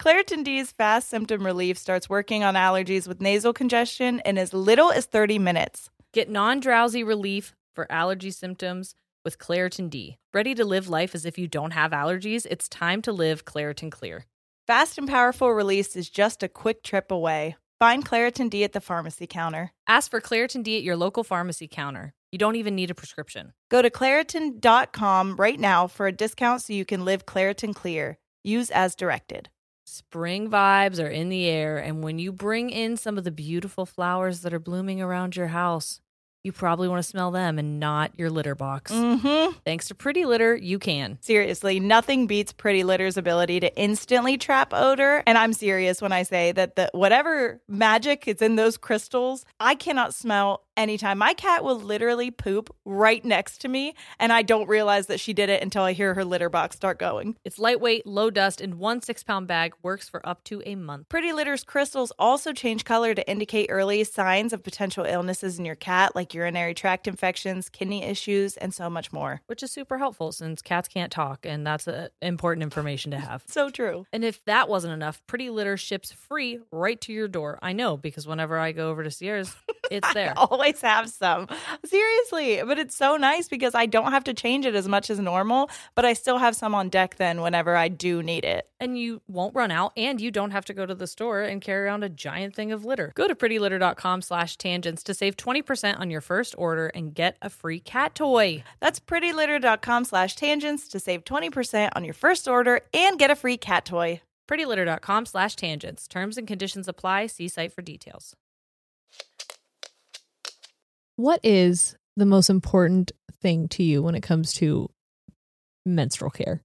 C: Claritin D's fast symptom relief starts working on allergies with nasal congestion in as little as 30 minutes.
D: Get non drowsy relief for allergy symptoms with Claritin D. Ready to live life as if you don't have allergies? It's time to live Claritin Clear.
C: Fast and powerful release is just a quick trip away. Find Claritin D at the pharmacy counter.
D: Ask for Claritin D at your local pharmacy counter. You don't even need a prescription.
C: Go to Claritin.com right now for a discount so you can live Claritin clear. Use as directed.
D: Spring vibes are in the air, and when you bring in some of the beautiful flowers that are blooming around your house, you probably want to smell them and not your litter box.
F: Mm-hmm.
D: Thanks to Pretty Litter, you can.
F: Seriously, nothing beats Pretty Litter's ability to instantly trap odor. And I'm serious when I say that the whatever magic is in those crystals, I cannot smell anytime. My cat will literally poop right next to me, and I don't realize that she did it until I hear her litter box start going.
D: It's lightweight, low dust, and one six pound bag works for up to a month.
F: Pretty Litter's crystals also change color to indicate early signs of potential illnesses in your cat, like urinary tract infections, kidney issues, and so much more.
D: which is super helpful since cats can't talk, and that's uh important information to have.
F: So true.
D: And if that wasn't enough, Pretty Litter ships free right to your door. I know because whenever I go over to Sierra's, it's there.
F: I *laughs* always have some. Seriously, but it's so nice because I don't have to change it as much as normal, but I still have some on deck then whenever I do need it.
D: and you won't run out and you don't have to go to the store and carry around a giant thing of litter go to prettylitter.com slash tangents to save 20% on your first order and get a free cat toy
F: That's prettylitter.com slash tangents to save 20% on your first order and get a free cat toy.
D: prettylitter.com slash tangents terms and conditions apply see site for details
B: What is the most important thing to you when it comes to menstrual care?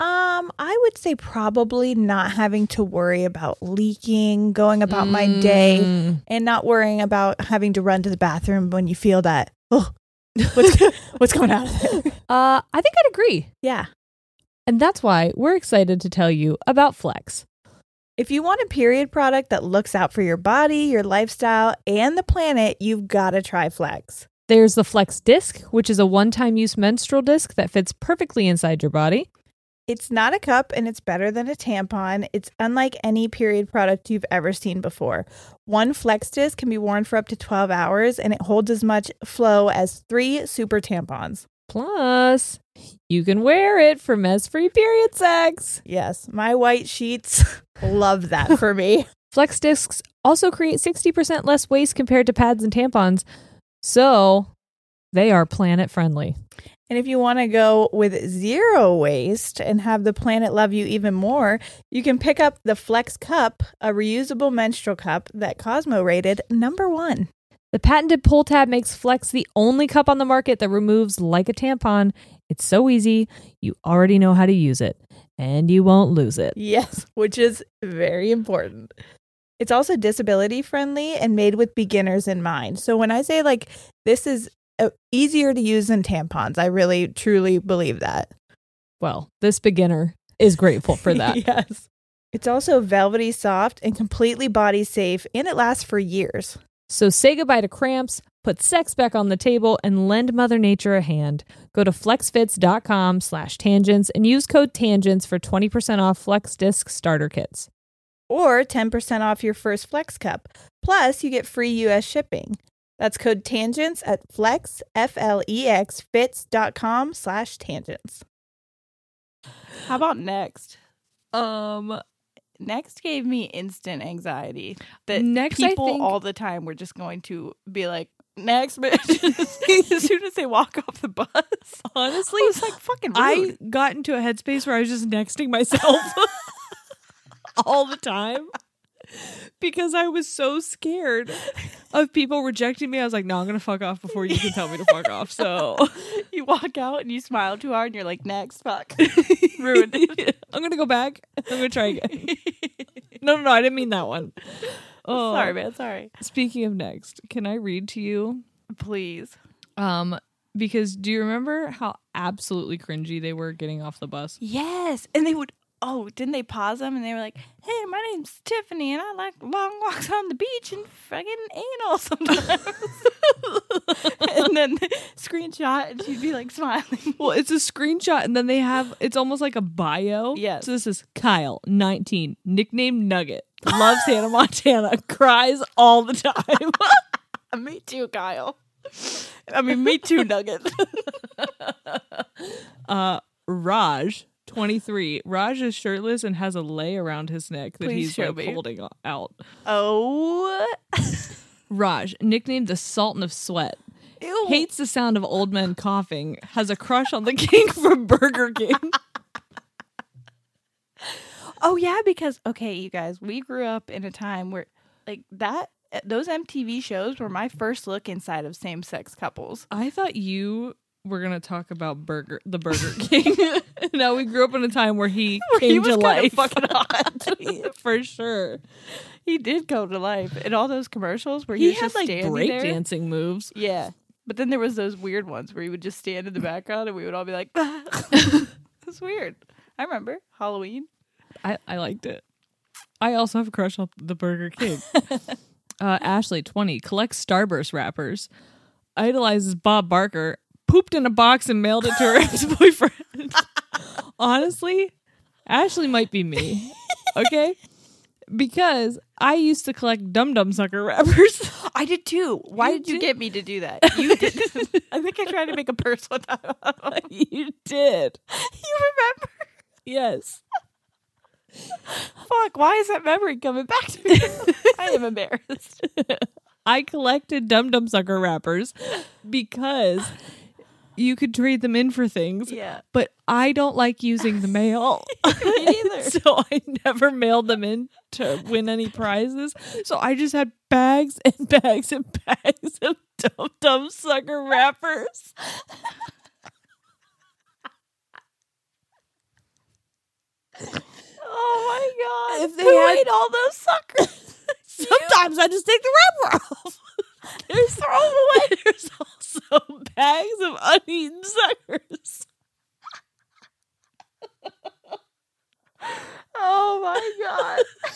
C: Um, I would say probably not having to worry about leaking, going about my day,
B: Mm.
C: and not worrying about having to run to the bathroom when you feel that. Oh, what's, go- what's going out of it?
B: Uh, I think I'd agree.
C: Yeah.
B: And that's why we're excited to tell you about Flex.
C: If you want a period product that looks out for your body, your lifestyle, and the planet, you've got to try Flex.
B: There's the Flex disc, which is a one time use menstrual disc that fits perfectly inside your body.
C: It's not a cup and it's better than a tampon. It's unlike any period product you've ever seen before. One flex disc can be worn for up to 12 hours and it holds as much flow as three super tampons.
B: Plus, you can wear it for mess free period sex.
C: Yes, my white sheets *laughs* love that for me.
B: Flex discs also create 60% less waste compared to pads and tampons. So, they are planet friendly.
C: And if you want to go with zero waste and have the planet love you even more, you can pick up the Flex Cup, a reusable menstrual cup that Cosmo rated number one.
B: The patented pull tab makes Flex the only cup on the market that removes like a tampon. It's so easy, you already know how to use it, and you won't lose it.
C: Yes, which is very important. It's also disability friendly and made with beginners in mind. So when I say like this is uh, easier to use than tampons, I really truly believe that.
B: Well, this beginner is grateful for
C: *laughs*
B: that.
C: yes. It's also velvety soft and completely body safe and it lasts for years.
B: So say goodbye to cramps, put sex back on the table, and lend Mother Nature a hand. Go to flexfits.com slash tangents and use code tangents for 20% off Flex Disc starter kits.
C: or 10% off your first Flex Cup. Plus, you get free US shipping. That's code tangents at flex, F L E X, fits.com slash tangents.
G: How about next?
B: Um,
G: Next gave me instant anxiety that
B: Next, I
G: people
B: think-
G: all the time were just going to be like, next, bitch. *laughs* as soon as they walk off the bus.
B: Honestly,
G: I was like, fucking rude. *laughs*
B: I got into a headspace where I was just nexting myself all the time because I was so scared of people rejecting me. I was like, no, I'm going to fuck off before you can tell me to fuck off. So
G: you walk out and you smile too hard and you're like, next,
B: *laughs*
G: fuck. Ruined it.
B: I'm going to go back. I'm going to try again. No, no, no. I didn't mean that one. Oh,
G: Sorry, man. Sorry.
B: Speaking of next, can I read to you?
G: Please.
B: Um, because do you remember how absolutely cringy they were getting off the bus?
G: Yes. And they would, oh, didn't they pause them and they were like, hey, my name's Tiffany and I like long walks on the beach and fucking anal sometimes. *laughs* and then screenshot and she'd be like
B: *laughs*
G: smiling.
B: Well, it's a screenshot, and then they have it's almost like a bio.
G: Yes.
B: So this is Kyle, 19, nicknamed Nugget, loves *laughs* Hannah Montana, cries all the time. *laughs*
G: me too, Kyle. I mean, me too, Nugget.
B: Uh, Raj, 23. Raj is shirtless and has a lay around his neck that
G: Please
B: he's
G: show
B: like,
G: me.
B: holding o- out.
G: oh.
B: Raj, nicknamed the Sultan of Sweat,
G: Ew.
B: hates the sound of old men coughing, has a crush on the *laughs* king from Burger King.
G: Oh yeah, because okay, you guys, we grew up in a time where like that
C: those MTV shows were my first look inside of same sex couples.
B: I thought you were gonna talk about Burger, the Burger King. *laughs* now we grew up in a time
C: *laughs*
B: where he came
C: he was
B: to
C: kinda
B: life,
C: fucking
G: *laughs*
B: *laughs*
C: hot.
B: for sure.
C: He did go to life in all those commercials where
B: He,
C: he, was
B: had
C: just
B: like
C: standing
B: break
C: there.
B: dancing moves.
C: Yeah, but then there was those weird ones where he would just stand in the background and we would all be like, *laughs* "That's weird." I remember Halloween.
B: I, I liked it. I also have a crush on the
C: *laughs*
B: Burger King. uh, Ashley, 20, collects Starburst wrappers, idolizes Bob Barker, pooped in a box and mailed it to her *laughs* ex boyfriend. *laughs* Honestly, Ashley might be
C: *laughs*
B: me. Okay? Because I used to collect Dum Dum Sucker wrappers.
C: I did too. Why
B: You
C: did you
B: did?
C: get me to do *laughs* that? You did. I think I tried to make a purse one time.
B: *laughs* you did.
C: you remember?
B: Yes.
C: Fuck. Why is that memory coming back to *laughs* me? I am embarrassed.
B: I collected Dum Dum Sucker wrappers because you could trade them in for
C: *laughs*
B: things.
C: Yeah.
B: but I don't like using the mail.
C: Me neither.
B: *laughs* so I never mailed them in to win any prizes. So I just had bags and *laughs* bags and bags of dumb dumb sucker wrappers.
C: Oh my god!
B: If they
C: Who
B: had-
C: ate all those suckers?
B: *laughs* Sometimes I just take the wrapper
C: *laughs*
B: off. There's away. *laughs* There's also bags of uneaten suckers.
C: oh my *laughs* god!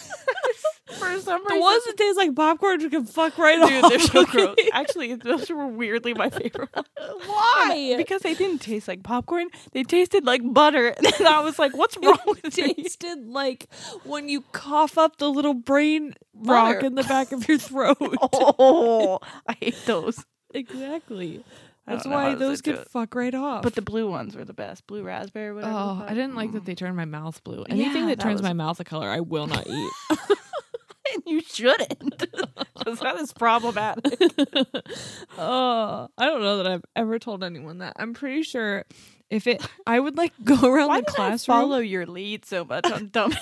C: For some
B: The
C: reason,
B: ones that taste like popcorn you can fuck right
C: *laughs* dude,
B: off.
C: they're
B: *laughs*
C: so gross. Actually, those were weirdly my favorite. *laughs* ones.
B: Why?
C: Because they didn't taste like popcorn. They tasted like butter, *laughs* and I was like, *laughs* "What's wrong with me?"
B: *laughs* tasted like when you cough up the little brain rock
C: Butter.
B: in the back of your throat. *laughs*
C: Oh, I hate those.
B: Exactly.
C: I
B: That's
C: don't know how
B: why
C: else they
B: those
C: do
B: could
C: it.
B: fuck right off. *laughs*
C: But the blue ones were the best. Blue raspberry, whatever. the
B: oh,
C: fuck.
B: I didn't like that they turned my mouth blue. Anything
C: Yeah,
B: that
C: that
B: turns
C: was-
B: my mouth a color, I will not *laughs* eat.
C: And you shouldn't, *laughs* because that is problematic.
B: oh, I don't know that I've ever told anyone that. I'm pretty sure if it, I would like go around
C: Why
B: the
C: did
B: classroom.
C: I follow your lead so much on *laughs* dumb?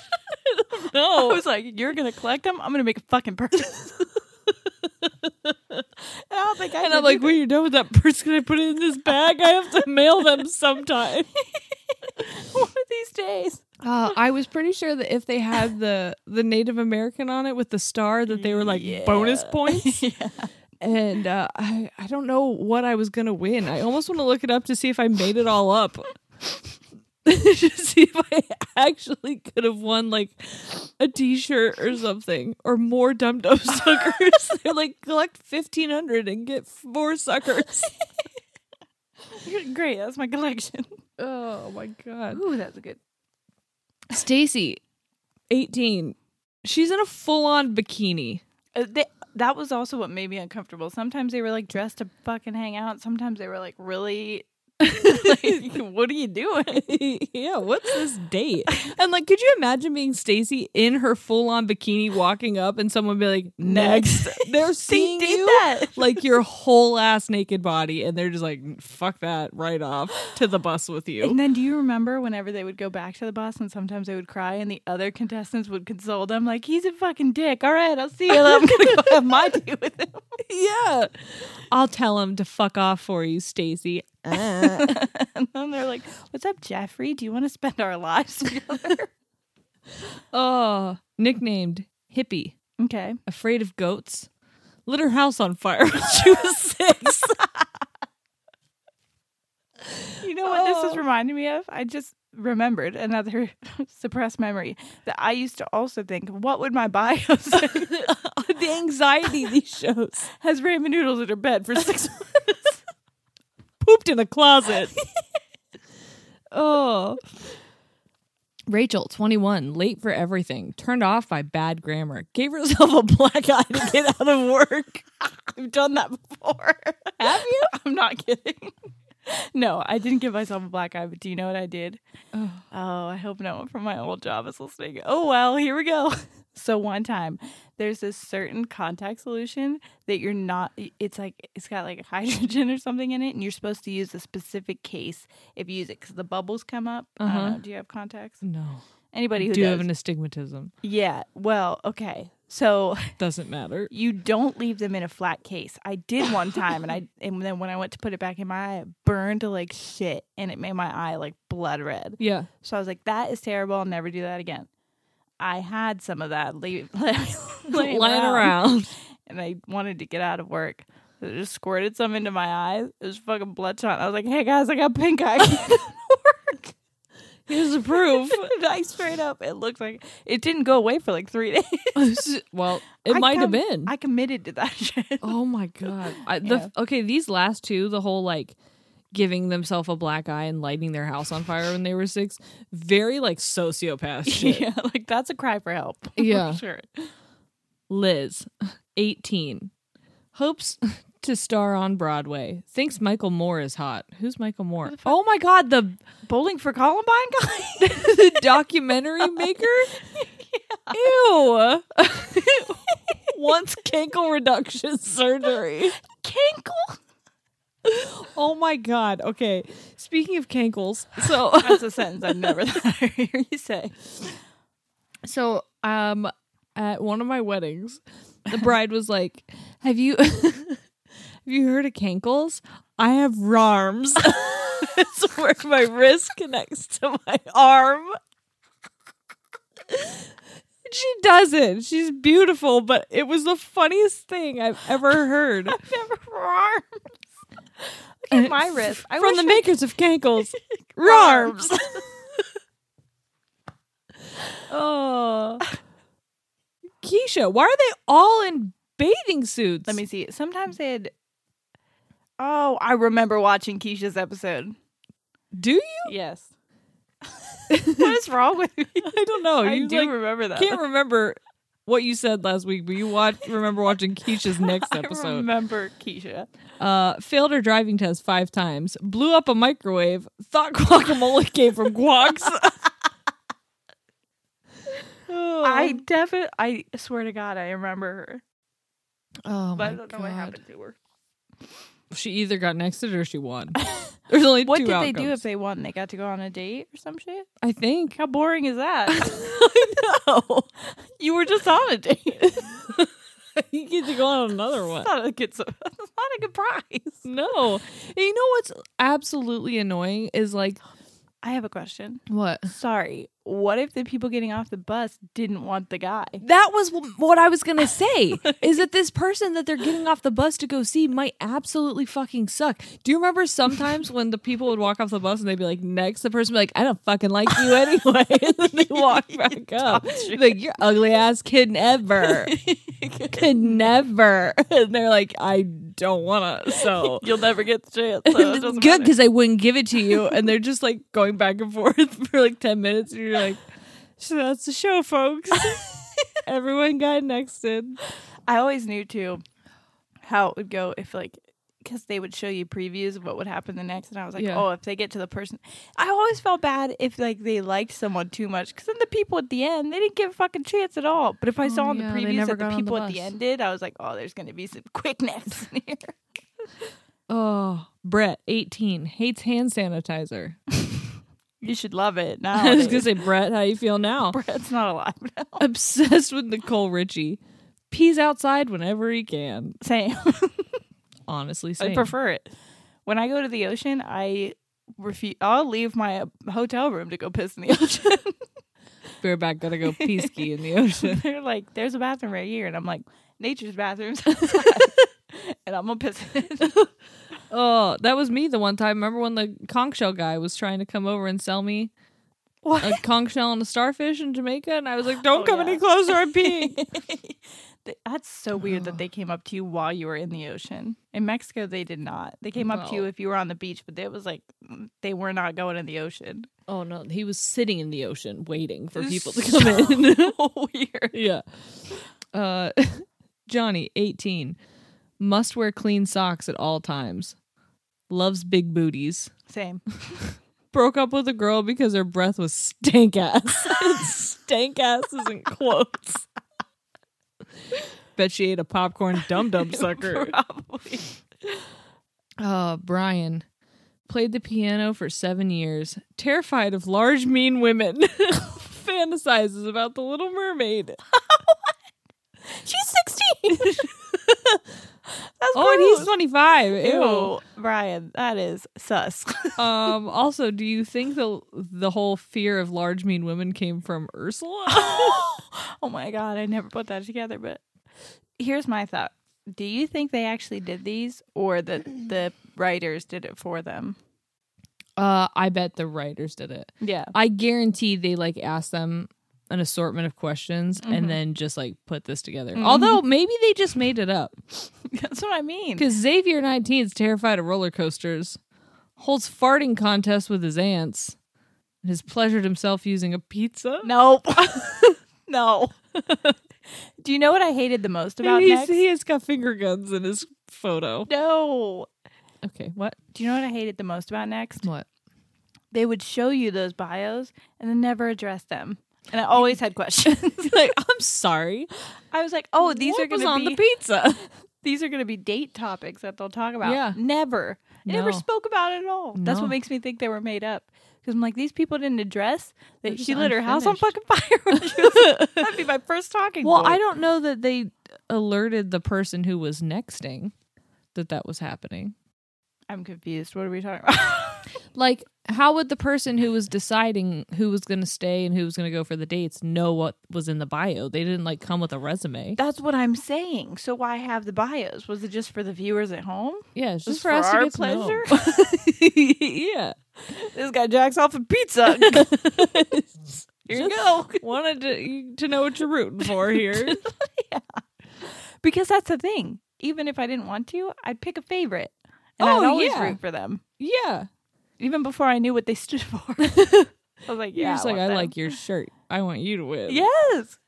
C: *laughs* I
B: No,
C: was like, "You're gonna collect them. I'm gonna make a fucking *laughs* purchase." and I don't think I
B: and
C: did
B: I'm like,
C: either.
B: when you're done with that purse, can I put it in this bag? I have to
C: *laughs*
B: mail them sometime.
C: one of these days.
B: Uh, I was pretty sure that if they had the the Native American on it with the star, that they were like
C: *laughs*
B: bonus
C: Yeah.
B: points. And uh, I I don't know what I was gonna win. I almost want to look it up to see if I made it all up. *laughs* Just see if I actually could have won like a T-shirt or something, or more Dum *laughs* Dum suckers. They're like collect fifteen hundred and get four suckers.
C: Great, that's my collection.
B: *laughs* oh my god.
C: Ooh, that's good.
B: Stacy, 18. She's in a full-on bikini.
C: Uh, they, that was also what made me uncomfortable. Sometimes they were like dressed to fucking hang out. Sometimes they were like really. *laughs* like, what are you doing?
B: *laughs* yeah, what's this date? And like, could you imagine being Stacy in her full-on bikini walking up and someone be like, next? *laughs* They're seeing
C: did
B: you
C: that.
B: *laughs* like your whole ass naked body, and they're just like, fuck that, right off to the bus with you.
C: *laughs* And then do you remember whenever they would go back to the bus and sometimes they would cry and the other contestants would console them like he's a fucking dick. All right, I'll see you. I'm gonna go have *laughs* my tea with him.
B: yeah. I'll tell him to fuck off for you, Stacy.
C: and then they're like, "What's up, Jeffrey? Do you want to spend our lives *laughs* together?"
B: Oh, nicknamed Hippie.
C: okay.
B: afraid of goats, lit her house on fire when she was *laughs* six.
C: You know what this is reminding me of? I just remembered another *laughs* suppressed memory that I used to also think, what would my bio *laughs* say?
B: the anxiety these shows.
C: Has ramen noodles in her bed *laughs* for six months.
B: Pooped in a closet. *laughs* oh. Rachel, 21, late for everything, turned off by bad grammar, gave herself a black eye to get out of work.
C: *laughs* I've done that before. *laughs* Have you? I'm not kidding. *laughs* No, I didn't give myself a black eye, but do you know what I did? Oh, I hope no one from my old job is listening. Oh, well, here we go. *laughs* So, one time, there's this certain contact solution that you're not, it's like, it's got like *laughs* hydrogen or something in it, and you're supposed to use a specific case if you use it because the bubbles come up. I
B: Uh-huh.
C: don't know. Do you have contacts?
B: *laughs* No.
C: Anybody who
B: Do you
C: does?
B: have an astigmatism?
C: Yeah. Well, okay. So *laughs*
B: Doesn't matter.
C: you don't leave them in a flat case. I did one time, and I and then when I went to put it back in my eye, it burned like shit, and it made my eye like blood red.
B: *laughs* Yeah.
C: So I was like, "That is terrible. I'll never do that again." I had some of that *laughs* leave, laying *laughs* and I wanted to get out of work. So I just squirted some into my eyes. It was fucking bloodshot. I was like, "Hey guys, I got pink eye." *laughs* work.
B: Here's the *laughs* proof.
C: And I straight up. It looked like it didn't go away for like three *laughs* days.
B: well, it
C: I
B: might have
C: com-
B: been.
C: I committed to that *laughs* shit.
B: oh my god. I, the, Okay, these last two, the whole like giving themselves a black eye and lighting their house on fire when they were six, very like sociopath *laughs* shit.
C: Yeah, like that's a cry for help. for
B: *laughs* Yeah.
C: sure.
B: Liz, *laughs* 18. Hopes *laughs* to star on Broadway. Thinks Michael Moore is hot. Who's Michael Moore? Oh my God, the,
C: Bowling for Columbine guy.
B: *laughs* the documentary maker? Ew. *laughs* Wants cankle reduction *laughs* surgery.
C: Kinkle.
B: Oh my God. Okay. Speaking of *laughs* cankles, so.
C: *laughs* That's a sentence I've never *laughs* thought I'd hear you
B: *laughs*
C: say.
B: So, um, at one of my weddings, the bride was like, "Have you, *laughs* have you heard of cankles? I have rarms. it's where my wrist connects to my arm." She does it. She's beautiful, but it was the funniest thing I've ever heard
C: Never for arms. Look at my wrist. I
B: Uh, from
C: wish
B: the
C: I-
B: makers of *laughs* cankles. Rarms. *laughs* oh. Keisha, why are they all in bathing
C: *laughs*
B: suits?
C: Let me see. Sometimes they had. Oh, I remember watching Keisha's episode.
B: Do you?
C: Yes. *laughs* what is wrong with me?
B: *laughs* I don't know.
C: I
B: Oh, you
C: do
B: like,
C: remember that.
B: can't remember what you said last week, but you watch remember watching *laughs* Keisha's next
C: *laughs* I
B: episode.
C: remember Keisha.
B: Uh, failed her driving test five times. Blew up a microwave. Thought *laughs* guacamole came from guacs. *laughs*
C: I definitely, I swear to God, I remember her.
B: oh
C: But I
B: my
C: don't know
B: God.
C: what happened to her.
B: She either got nexted or she won. There's *laughs* only
C: What
B: two
C: did
B: outcomes.
C: they do if they won? They got to go on a date or some shit?
B: I think.
C: How boring is
B: *laughs*
C: that? *laughs* I know. You were just on a date. *laughs* It's
B: you get to go on another one.
C: not a good. *laughs* That's not a good prize.
B: *laughs* No. And you know what's absolutely annoying is like
C: I have a question.
B: what?
C: Sorry. What if the people getting off the bus didn't want the guy?
B: That was wh- what I was going to say is that this person that they're getting off the bus to go see might absolutely fucking suck. Do you remember sometimes when the people would walk off the bus and they'd be like, next, the person would be like, I don't fucking like you anyway. *laughs* and then they walk back up. Like, your ugly ass could never, could never. *laughs* And they're like, I don't want to. So.
C: You'll never get the chance.
B: *laughs* It's good because I wouldn't give it to you. And they're just like going back and *laughs* forth for like 10 minutes. And you're like, so that's the show, *laughs* folks. Everyone got nexted.
C: I always knew too how it would go if like because they would show you previews of what would happen the next, and I was like,
B: Yeah.
C: oh, if they get to the person, I always felt bad if like they liked someone too much because then the people at the end they didn't give a fucking chance at all. But if I saw
B: Oh,
C: on the
B: yeah, they
C: previews that the
B: never got on the
C: people at the
B: bus.
C: end did, I was like, oh, there's gonna be some *laughs* quick necks
B: *laughs*
C: in here.
B: Oh, Brett, 18, hates hand sanitizer.
C: You should love it. Now
B: *laughs* I was going
C: *laughs*
B: to say, Brett, how you feel now?
C: Brett's not alive now.
B: *laughs* Obsessed with Nicole Richie. Pees outside whenever he can.
C: *laughs* Same.
B: Honestly,
C: I
B: same.
C: prefer it. When I go to the ocean, I refuse. I'll leave my uh, hotel room to go piss in the *laughs* ocean.
B: We're back gonna *laughs* go pee ski in the *laughs* ocean.
C: they're like, "There's a bathroom right here," and I'm like, "Nature's bathrooms," *laughs* and I'm gonna piss. in
B: *laughs*
C: it.
B: Oh, that was me the one time. Remember when the conch shell guy was trying to come over and sell me
C: What? Oh,
B: a conch shell and a starfish in Jamaica, and I was like, "Don't come
C: yeah.
B: any closer,
C: *laughs*
B: I'm peeing."
C: Th- That's so weird that they came up to you while you were in the ocean. In Mexico, they did not. They came up to you
B: Well.
C: if you were on the beach, but it was like mm, they were not going in the ocean.
B: oh no, he was sitting in the ocean waiting for
C: It's
B: people
C: *laughs*
B: to come in. *laughs*
C: weird.
B: yeah. Uh, *laughs* Johnny, eighteen, must wear clean socks at all times. Loves big booties.
C: Same.
B: Broke up with a girl because her breath was stank ass. *laughs* stank ass isn't quotes. Bet she ate a popcorn dum *laughs* dum sucker.
C: Probably.
B: Uh, Brian played the piano for seven years, terrified of large, *laughs* mean women. Fantasizes about the Little Mermaid.
H: She's 16.
C: That's
B: Oh, and he's
C: gross.
B: 25. Ew.
C: Ew, Brian, that is
B: *laughs*
C: sus. *laughs*
B: um, also, do you think the the whole fear of large mean women came from
C: *laughs*
B: Ursula?
C: oh my god, I never put that together. But here's my thought: Do you think they actually did these, or that the writers did it for them?
B: Uh, I bet the writers did it.
C: Yeah,
B: I guarantee they like asked them an assortment of questions and then just like put this together. Although maybe they just made it up
C: *laughs* that's what I mean.
B: *laughs* because Xavier 19 is terrified of roller coasters, holds farting contest with his aunts, and has pleasured himself using a pizza. *laughs*
C: Nope, no. Do you know what I hated the most about
B: He's-
C: next?
B: he has got finger guns in his photo.
C: No. Uh,
B: Okay, what?
C: Do you know what I hated the most about next?
B: What?
C: They would show you those bios and then never address them. And I always had questions.
B: *laughs* *laughs* like, I'm sorry.
C: I was like, "Oh, these
B: What
C: are going
B: was
C: to
B: on
C: be
B: the pizza.
C: *laughs* these are going to be date topics that they'll talk about.
B: Yeah.
C: Never. They never
B: No.
C: spoke about it at all. That's
B: No.
C: what makes me think they were made up. Because I'm like, these people didn't address that
B: just
C: she lit her house on fucking *laughs* fire. when she was- *laughs* That'd be my first talking
B: Well,
C: point.
B: I don't know that they alerted the person who was nexting that that was happening.
C: I'm confused. What are we talking about? *laughs*
B: Like, how would the person who was deciding who was going to stay and who was going to go for the dates know what was in the bio? They didn't like come with a resume.
C: That's what I'm saying. So why have the bios? Was it just for the viewers at home?
B: yeah, it's
C: Just
B: just for, us to
C: our
B: get to know 'em.
C: pleasure? *laughs*
B: *laughs* yeah,
C: this guy jacks off a *laughs* pizza. Here you go.
B: wanted to, to know what you're rooting
C: *laughs*
B: for here.
C: Because that's the thing. Even if I didn't want to, I'd pick a favorite. And
B: Oh,
C: I'd always
B: yeah.
C: root for them.
B: yeah,
C: even before I knew what they stood *laughs* for. I was like,
B: you're
C: yeah,
B: just like I
C: want them."
B: like your shirt. I want you to win.
C: Yes,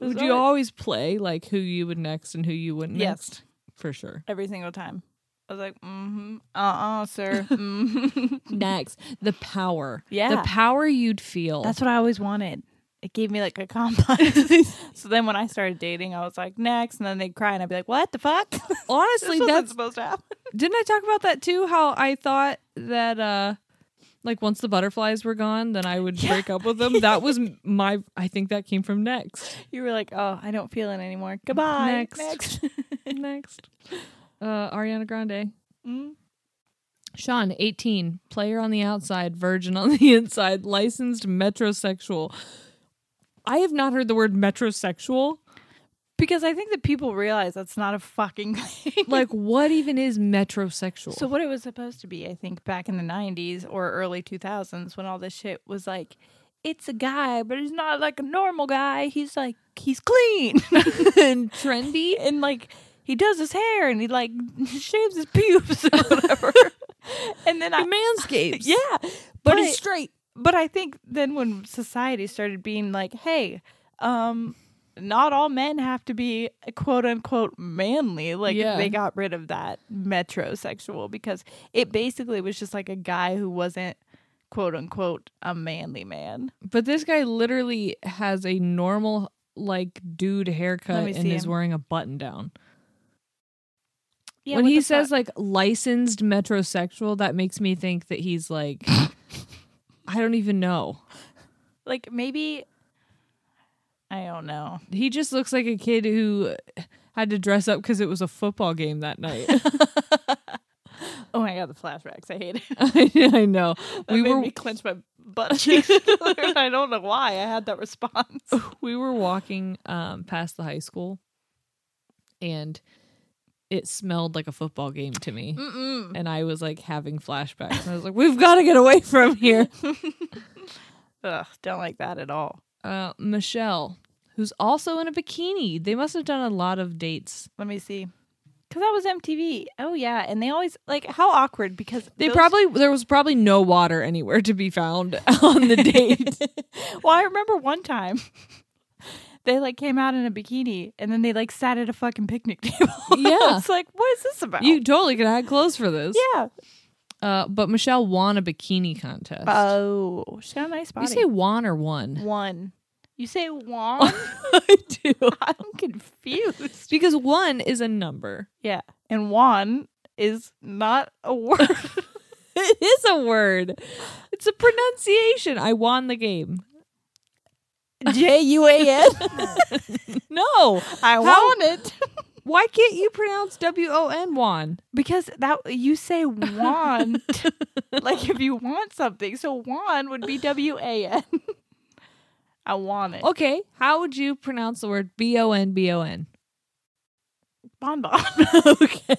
B: Would
C: There's
B: you
C: always-
B: always play like who you would next and who you wouldn't
C: Yes.
B: next? For sure.
C: every single time. I was like, mm-hmm, uh-uh, *laughs* sir. mhm."
B: Next, the power. The
C: Yeah.
B: power you'd feel.
C: That's what I always wanted. It gave me like a complex. *laughs* so then when I started dating, I was like, next, and then they'd cry, and I'd be like, what the fuck? *laughs* This
B: *laughs* honestly
C: wasn't
B: that's
C: supposed to happen. *laughs*
B: didn't I talk about that too how I thought that uh like once the butterflies were gone then I would break up
C: *laughs*
B: with them. That was m- my I think that came from next.
C: You were like, oh, I don't feel it anymore. Goodbye.
B: Next.
C: next. *laughs*
B: Next. Uh Ariana Grande.
C: Mm.
B: Sean, 18, player on the outside, virgin on the *laughs* inside, licensed metrosexual. I have not heard the word metrosexual.
C: because I think that people realize that's not a fucking *laughs* thing.
B: Like, what even is metrosexual?
C: So what it was supposed to be, I think, back in the '90s or early 2000s, when all this shit was like, it's a guy, but he's not like a normal guy. He's like he's clean
B: *laughs* and trendy?
C: and like he does his hair and he like *laughs* shaves his pubes or
B: *laughs*
C: whatever. and then I
B: manscapes.
C: *laughs* yeah, but, but
B: straight.
C: but I think then when society started being like, hey, um. Not all men have to be quote unquote manly. Like
B: Yeah.
C: they got rid of that metrosexual because it basically was just like a guy who wasn't quote unquote a manly man.
B: But this guy literally has a normal like dude haircut
C: Let me
B: and
C: see
B: is
C: him.
B: wearing a button down. when he says like licensed metrosexual, that makes me think that he's like I don't even know.
C: like, maybe I don't know.
B: He just looks like a
C: *laughs*
B: kid who had to dress up because it was a football game that night. *laughs*
C: Oh my god, the flashbacks! I hate it.
B: I, I know.
C: That
B: *laughs* we
C: made
B: were
C: me clench my butt *laughs* cheeks. I don't know why I had that response.
B: we were walking um, past the high school and it smelled like a football game to me and i was like having flashbacks and i was like we've got to get away
C: *laughs*
B: from here
C: Ugh, don't like that at all.
B: uh, michelle who's also in a bikini they must have done a lot of dates
C: Let me see. Cause that was MTV. Oh yeah, and they always like how awkward because
B: they
C: those-
B: probably there was probably no water anywhere to be found *laughs* on the
C: *laughs*
B: date
C: well, I remember one time *laughs* they like came out in a bikini and then they like sat at a fucking picnic *laughs* table.
B: Yeah.
C: it's like what is this about?
B: you totally could have had clothes for this
C: yeah.
B: uh, but michelle won a bikini contest
C: Oh, she got a nice body.
B: you say won
C: *laughs*
B: or won
C: one. You
B: *laughs*
C: say one. *laughs*
B: i do
C: I'm confused.
B: *laughs* because one is a number
C: Yeah, and one is not a
B: *laughs*
C: word.
B: it is a word. It's a pronunciation. I won the game.
C: J U A N.
B: No.
C: *laughs* I want it
B: Why can't you pronounce W O N Juan?
C: because that you say want *laughs* like if you want something. So want would be W A N. *laughs* I want it.
B: Okay. How would you pronounce the word B O N B O N?
C: Bonbon. *laughs* okay.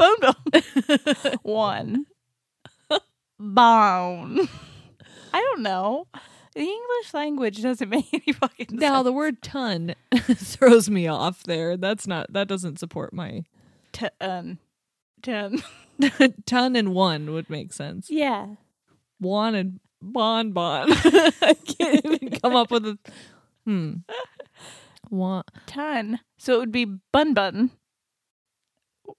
C: Bonbon. One. Bone. I don't know. The English language doesn't *laughs* make any fucking sense.
B: Now the word ton *laughs* throws me off there. That's not that doesn't support my *laughs*
C: T- um, ten.
B: ton and one would make sense.
C: Yeah.
B: One and bon bon. *laughs* I can't even come up with a hmm. One,
C: Ton. So it would be bun bun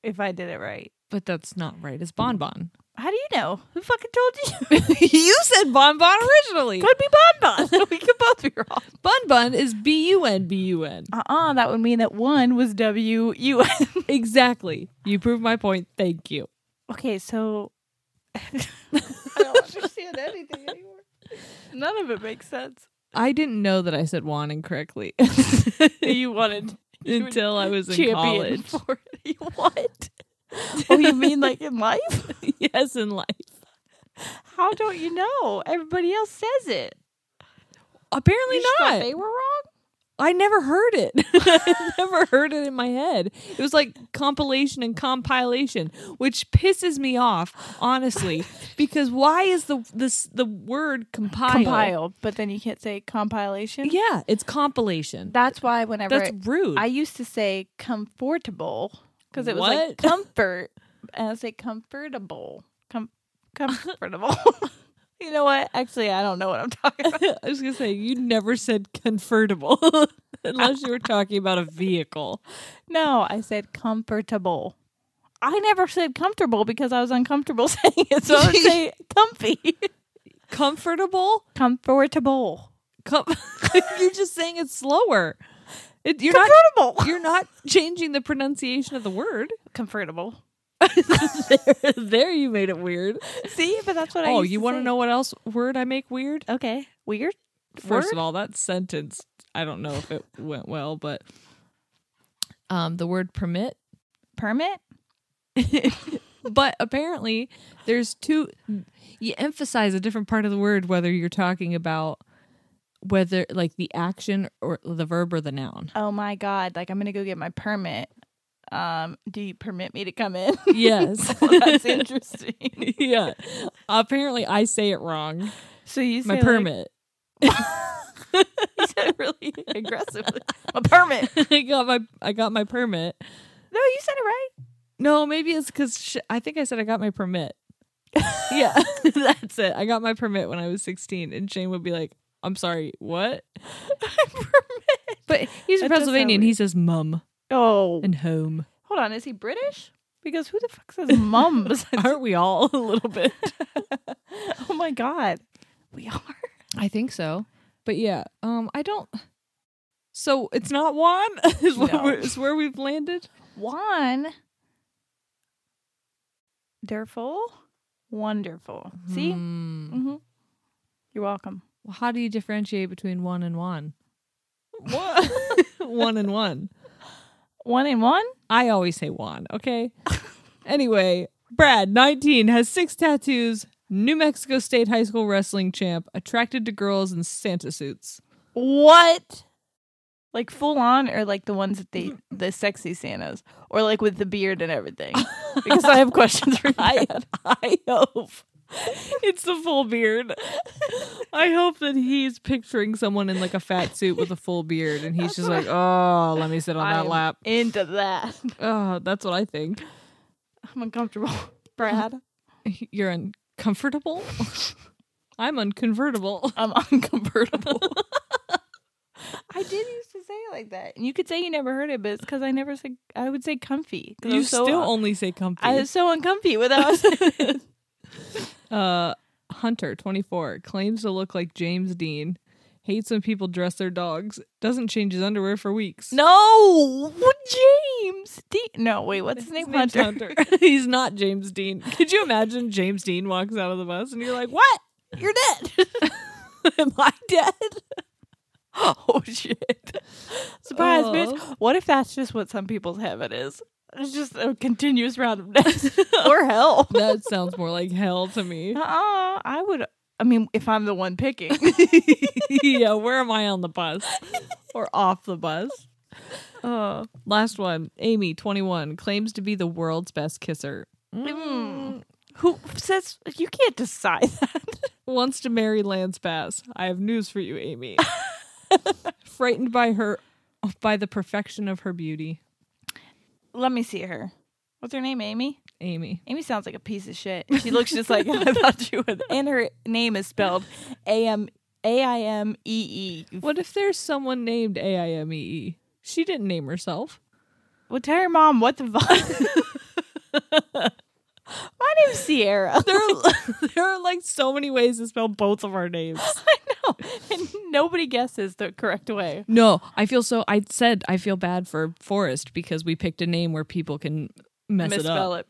C: if I did it right.
B: but that's not right. It's bon bon. *laughs*
C: How do you know? Who fucking told you? *laughs*
B: you said bon bon originally.
C: could be bun bun. *laughs* we could both be wrong.
B: Bun bun is B U N B U N.
C: Uh uh that would mean that one was W U N. *laughs*
B: Exactly. You proved my point. Thank you.
C: Okay, so I don't understand anything anymore. None of it makes *laughs* sense.
B: I didn't know that I said Juan incorrectly *laughs*
C: You wanted
B: until I was in
C: champion
B: college.
C: *laughs* for it. *laughs* What? Oh, you mean like in life?
B: yes, in life.
C: How don't you know? Everybody else says it.
B: Apparently
C: You just thought
B: not.
C: They were wrong.
B: I never heard it. *laughs* I never heard it in my head. It was like compilation and compilation, which pisses me off,
C: *laughs*
B: honestly, because why is the this the word compile?
C: Compile, but then you can't say compilation.
B: Yeah, it's compilation.
C: That's why whenever
B: That's rude.
C: I used to say comfortable because it was *laughs*
B: What?
C: like comfort, and I say comfortable, com- comfortable. *laughs* you know what? Actually, I don't know what I'm talking about.
B: I was gonna say you never said convertible *laughs* unless you were talking about a vehicle.
C: *laughs* No, I said comfortable. I never said comfortable because I was uncomfortable *laughs* saying it, so I would *laughs* say comfy,
B: Comfortable?
C: comfortable,
B: Com- *laughs* you're just saying it slower. It, you're
C: comfortable,
B: *laughs* not. You're not changing the pronunciation of the word.
C: comfortable.
B: there, *laughs* there you made it weird.
C: See, but that's what I.
B: Oh,
C: used
B: you
C: to
B: want to
C: say.
B: know what else word I make weird?
C: Okay, weird.
B: First
C: Word?
B: of all, that sentence I don't know if it went well, but um, the word permit.
C: Permit.
B: But apparently, there's two. You emphasize a different part of the word whether you're talking about whether like the action or the verb or the noun.
C: Oh my god! Like I'm gonna go get my permit. Um, do you permit me to come in? *laughs*
B: Yes. *laughs*
C: Well, *laughs* that's interesting.
B: yeah. Apparently, I say it wrong.
C: So you
B: My
C: say, like-
B: permit. *laughs*
C: you said it really *laughs* aggressively. My permit.
B: I got my I got my permit.
C: No, you said it right.
B: No, maybe it's because sh- I think I said I got my *laughs* permit. yeah, *laughs* that's it. I got my permit when I was 16, and Shane would be like, "I'm sorry, what?" *laughs*
C: permit.
B: But
C: That does
B: he's from
C: sound
B: Pennsylvania, and he
C: weird.
B: says "mum"
C: Oh,
B: and "home."
C: hold on. Is he British? Because who the fuck *laughs* says mum? besides-
B: *laughs* Aren't we all a little bit?
C: oh my god, we are. *laughs*
B: I think so. But yeah, um, I don't. So it's not Juan *laughs* is, what
C: No.
B: we're- is where we've landed.
C: One. Derful. Wonderful. See?
B: Hmm.
C: hmm You're welcome.
B: Well, how do you differentiate between one and one? *laughs* one and one.
C: One and one?
B: I always say Juan, *laughs* okay? anyway, Brad, 19, has six tattoos, New Mexico State High School wrestling champ, attracted to girls in Santa suits.
C: What? Like full on or like the ones that they the sexy Santas or like with the beard and
B: *laughs*
C: everything? Because I have questions for you.
B: I, *laughs*
C: Brad.
B: I hope it's the full beard. I hope that he's picturing someone in like a fat suit with a full beard and he's just like, oh, let me sit on that
C: I'm
B: lap.
C: Into that. *laughs*
B: Oh, that's what I think.
C: I'm uncomfortable. Brad,
B: You're uncomfortable? I'm unconvertible.
C: *laughs* I'm
B: *laughs*
C: unconvertible. I did used to say it like that. And you could say you never heard it, but it's because I never said, I would say comfy. 'cause I
B: You
C: was so uh,
B: still only say comfy.
C: I was so uncomfy without *laughs*
B: *laughs*
C: saying
B: Uh, Hunter, 24, claims to look like James Dean. Hates when people dress their dogs. Doesn't change his underwear for weeks.
C: No, James. D- no, wait, what's his, name?
B: name's
C: Hunter.
B: Hunter. *laughs* He's not James Dean. Could you imagine James Dean walks out of the bus and you're like, what?
C: You're dead. *laughs* Am I dead? *laughs* Oh shit! Surprise, bitch! What if that's just what some people's habit is? It's just a continuous round of deaths or hell. Uh
B: That sounds more like hell to me.
C: uh I would. I mean, if I'm the one picking,
B: *laughs* yeah, where am I on the bus *laughs* or off the bus? Uh, last one. Amy, 21, claims to be the world's best kisser.
C: who says you can't decide that?
B: Wants to marry Lance Bass. I have news for you, *laughs* Amy. Frightened by her, by the perfection of her beauty.
C: Let me see her. What's her name? Amy.
B: Amy.
C: Amy sounds like a piece of shit. She looks just like I thought you would. And her name is spelled A M A I M E E.
B: What if there's someone named AIMEE? E She didn't name herself.
C: Well, tell your mom what the fuck. *laughs* My name's Sierra. *laughs*
B: There are, *laughs* there are like so many ways to spell both of our names.
C: I know. And nobody guesses the correct way.
B: *gasps* No, I feel so. I said I feel bad for Forrest because we picked a name where people can mess it
C: Misspell
B: up.
C: it.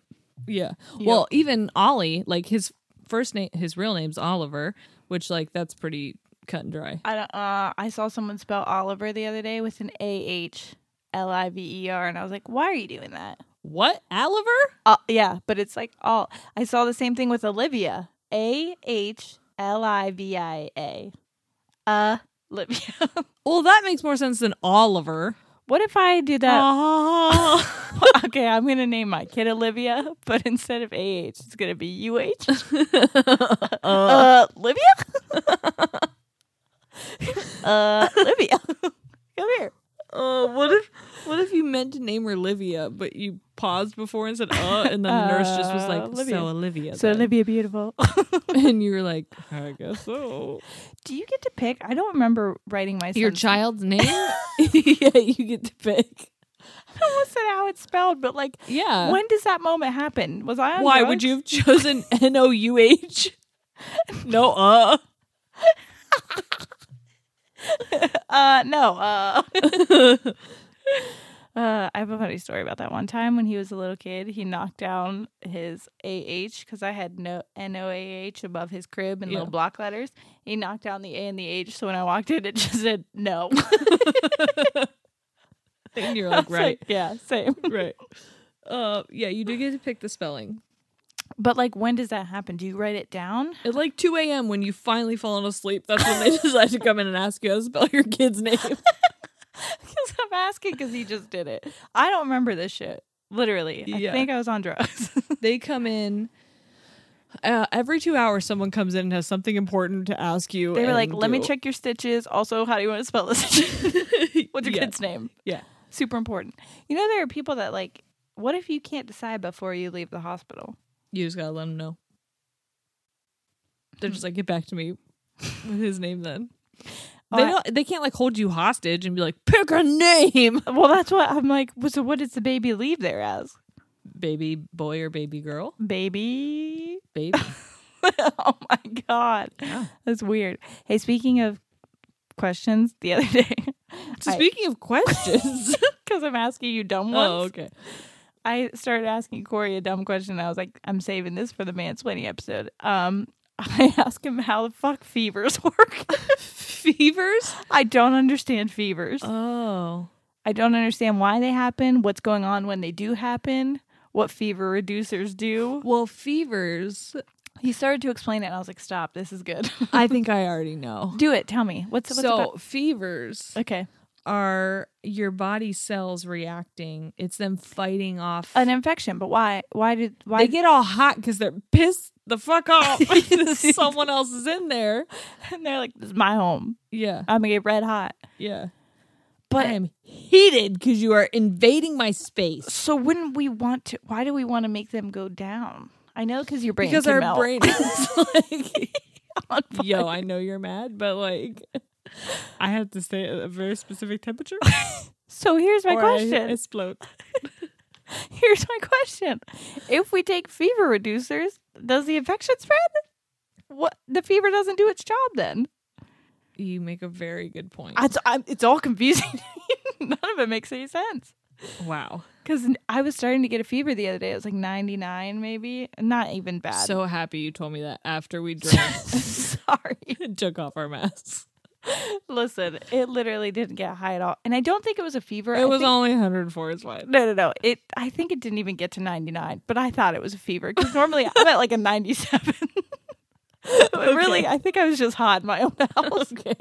B: Yeah. Well, even Ollie, like his first name, his real name's Oliver, which like that's pretty cut and dry.
C: I don't, uh, I saw someone spell Oliver the other day with an A H L I V E R, and I was like, "Why are you doing that?"
B: What Oliver?
C: Uh, yeah, but it's like all. I saw the same thing with Olivia. A H L I V I A. Uh, Olivia. *laughs*
B: Well, that makes more sense than Oliver.
C: what if I do that?
B: Ah.
C: *laughs* okay, I'm gonna name my kid Olivia, but instead of A H, it's gonna be U
B: *laughs*
C: H.
B: Uh-uh.
C: uh, Olivia. uh,
B: *laughs*
C: Olivia. Come here.
B: Uh, what if what if you meant to name her Livia, but you paused before and said uh, and then the nurse just was *laughs* like,
C: Uh, Livia.
B: so Olivia.
C: So
B: then."
C: Olivia, beautiful. *laughs*
B: *laughs* and you were like, I guess so.
C: do you get to pick? I don't remember writing my
B: Your
C: son's-
B: child's name?
C: *laughs*
B: yeah, you get to pick.
C: I almost said how it's spelled, but like,
B: Yeah.
C: when does that moment happen? Was I? On
B: Why would
C: drugs?
B: you have
C: *laughs*
B: chosen N O U H? No, uh.
C: Uh, no. Uh. *laughs* Uh, I have a funny story about that one time when he was a little kid. He knocked down his AH because I had no NOAH above his crib in
B: Yeah.
C: little block letters. He knocked down the A and the H. So when I walked in, it just said no. *laughs*
B: And
C: I *laughs*
B: you're
C: was
B: like, right,
C: yeah, same. *laughs*
B: right. Uh, yeah, you do get to pick the spelling.
C: But like, when does that happen? Do you write it *laughs* down?
B: At like 2 a.m., when you finally fallen asleep, that's when they *laughs* decide to come in and ask you how to spell your
C: *laughs*
B: kid's name.
C: Because I'm asking because he just did it. I don't remember this shit. Literally.
B: Yeah.
C: I think I was on drugs. *laughs*
B: they come in. Uh, every two hours, someone comes in and has something important to ask you.
C: They were like,
B: and
C: let me
B: *laughs* do."
C: check your stitches. Also, how do you want to spell this? *laughs* What's your
B: Yeah.
C: kid's name?
B: Yeah.
C: Super important. You know, there are people that like, what if you can't decide before you leave the hospital?
B: You just gotta let them know. They're just like, get back to *laughs* me with his name then.
C: Oh,
B: they
C: I-
B: don't. They can't like hold you hostage and be like, pick a name,
C: Well, that's what I'm like. well, So, what does the baby leave there as?
B: baby boy or baby girl,
C: Baby. *laughs*
B: *laughs* baby.
C: oh my God. That's weird. Hey, speaking of questions, the other *laughs* day,
B: so speaking of questions,
C: *laughs* because I'm asking you dumb ones.
B: *laughs* oh okay,
C: I started asking Corey a dumb question. And I was like, I'm saving this for the mansplaining episode. Um, *laughs* I asked him how the fuck fevers *laughs* work.
B: fevers.
C: I don't understand fevers.
B: Oh,
C: I don't understand why they happen, what's going on when they do happen, what fever reducers do.
B: well, fevers.
C: He started to explain it, and I was like, stop, this is good.
B: *laughs* I think I already *laughs* know.
C: *laughs* do it. Tell me. What's, what's
B: So
C: about-
B: fevers
C: Okay.
B: are your body cells reacting. It's them fighting off.
C: An infection, but why? Why did why
B: they get all hot because they're pissed the fuck
C: *laughs*
B: off *laughs* that someone else is in there.
C: and *laughs* they're like, this is my home.
B: Yeah,
C: I'm gonna get red hot.
B: yeah.
C: But
B: I am heated because you are invading my space.
C: so wouldn't we want to? Why do we want to make them go down? I know because your brain
B: Because
C: can
B: our
C: melt.
B: brain is
C: *laughs*
B: like, yo, I know you're mad, but like, I have to stay at a very specific temperature.
C: So here's *laughs* my
B: or
C: question.
B: I explode.
C: *laughs* here's my question. If we take fever reducers, does the infection spread? What the fever doesn't do its job then?
B: You make a very good point.
C: It's, I'm, it's all confusing. *laughs* None of it makes any sense.
B: wow.
C: Because I was starting to get a fever the other day. It was like 99 maybe. Not even bad.
B: So happy you told me that after we drank
C: *laughs* sorry.
B: took off our masks.
C: Listen, it literally didn't get high at all. And I don't think it was a fever. I
B: It was
C: think-
B: only 104. It's fine.
C: No, no, no. It. I think it didn't even get to 99, but I thought it was a fever because normally I'm at like a 97. *laughs* But Really, I think I was just hot in my own *laughs* house. I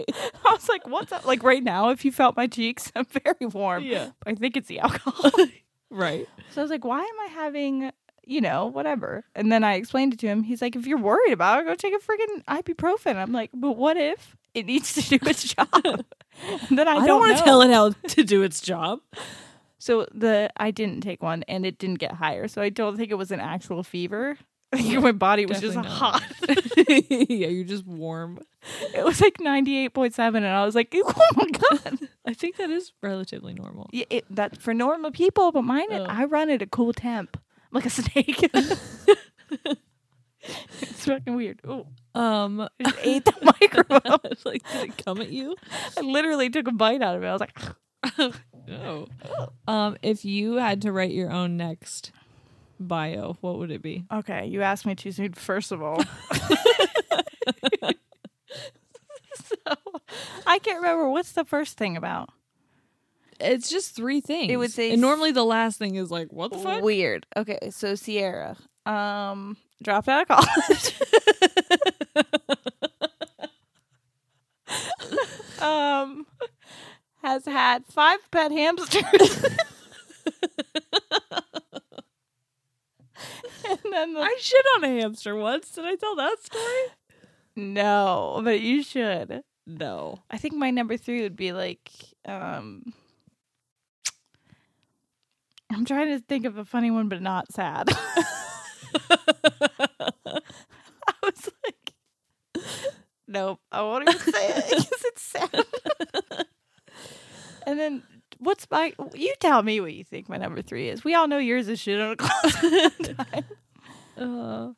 C: was like, "What's up?" Like right now, if you felt my cheeks, *laughs* I'm very warm.
B: Yeah.
C: I think it's the alcohol. *laughs*
B: Right.
C: So I was like, why am I having, you know, whatever? And then I explained it to him. He's like, if you're worried about it, go take a freaking ibuprofen. I'm like, but what if it needs to do
B: *laughs*
C: its job? And then I,
B: I,
C: don't,
B: don't want
C: know.
B: to tell it how to do its job.
C: So the I didn't take one, and it didn't get higher. So I don't think it was an actual fever. *laughs* I think my body was just
B: Definitely not.
C: hot. *laughs*
B: *laughs* yeah, you're just warm.
C: It was like 98.7, and I was like, *laughs* oh my
B: *laughs*
C: god.
B: I think that is relatively normal.
C: Yeah, it, that for normal people, but mine,
B: Oh.
C: I run at a cool temp, I'm like a *laughs* snake.
B: *laughs*
C: it's fucking weird. Ooh.
B: *laughs* Um,
C: just ate the *laughs* microphone.
B: it's like, did it come at you?
C: I literally took a bite out of it. I was like,
B: No. *laughs* Um, if you had to write your own next bio, what would it be?
C: okay, you asked me too soon, first of *laughs* all. so I can't remember what's the first thing about.
B: It's just three things.
C: would say
B: and normally the last thing is like, what the fuck?
C: Weird. Okay, so Sierra um dropped out of
B: *laughs*
C: college. um has had five pet hamsters. *laughs* and then the
B: I shit on a hamster once. Did I tell that story?
C: No, but you should.
B: No.
C: I think my number three would be like, um, I'm trying to think of a funny one, but not sad. *laughs* I was like, nope, I won't even say it because it's sad. and then, what's my? You tell me what you think my number three is. We all know yours is shit on a closet.
B: Uh,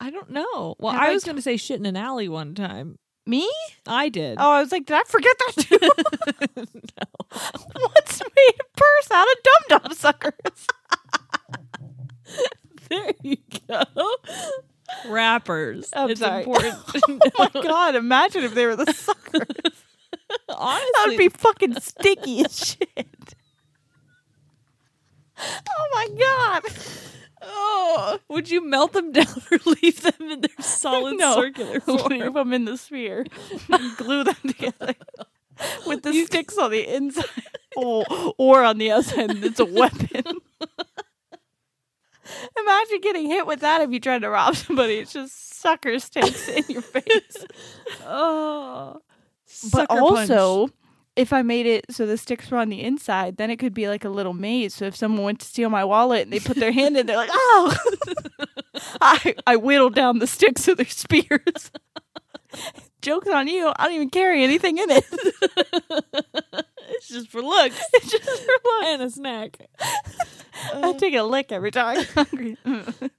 B: I don't know. Well,
C: Have
B: I
C: I
B: was
C: t-
B: going to say shit in an alley one time.
C: me?
B: I did.
C: Oh, I was like, did I forget that too? *laughs* What's made a purse out of dum dum suckers?
B: *laughs* There you go. Rappers.
C: I'm
B: it's
C: sorry.
B: important.
C: oh my god, imagine if they were *laughs* the suckers.
B: *laughs* *laughs* Honestly,
C: That *laughs* would be fucking sticky as shit. *laughs* Oh my god. Oh
B: would you melt them *laughs* down or leave them *laughs* in their solid
C: no.
B: *laughs* circular
C: *laughs* Leave
B: form?
C: them in the *laughs* sphere. and glue them together. With the sticks on the inside. Oh, *laughs* or on the outside and it's a *laughs* weapon. Imagine getting hit with that if you tried to rob somebody. It's just sucker sticks in *laughs* your face.
B: Oh,
C: but
B: Sucker punch.
C: also if i made it so the sticks were on the inside then it could be like a little maze so if someone went to steal my wallet and they put their hand in they're like oh *laughs* i i whittled down the sticks with their spears *laughs* jokes on you i don't even carry anything in it *laughs*
B: it's just for looks
C: it's just for luck.
B: and a snack.
C: i
B: Uh,
C: take a lick every
B: *laughs*
C: time i'm hungry *laughs* Mm.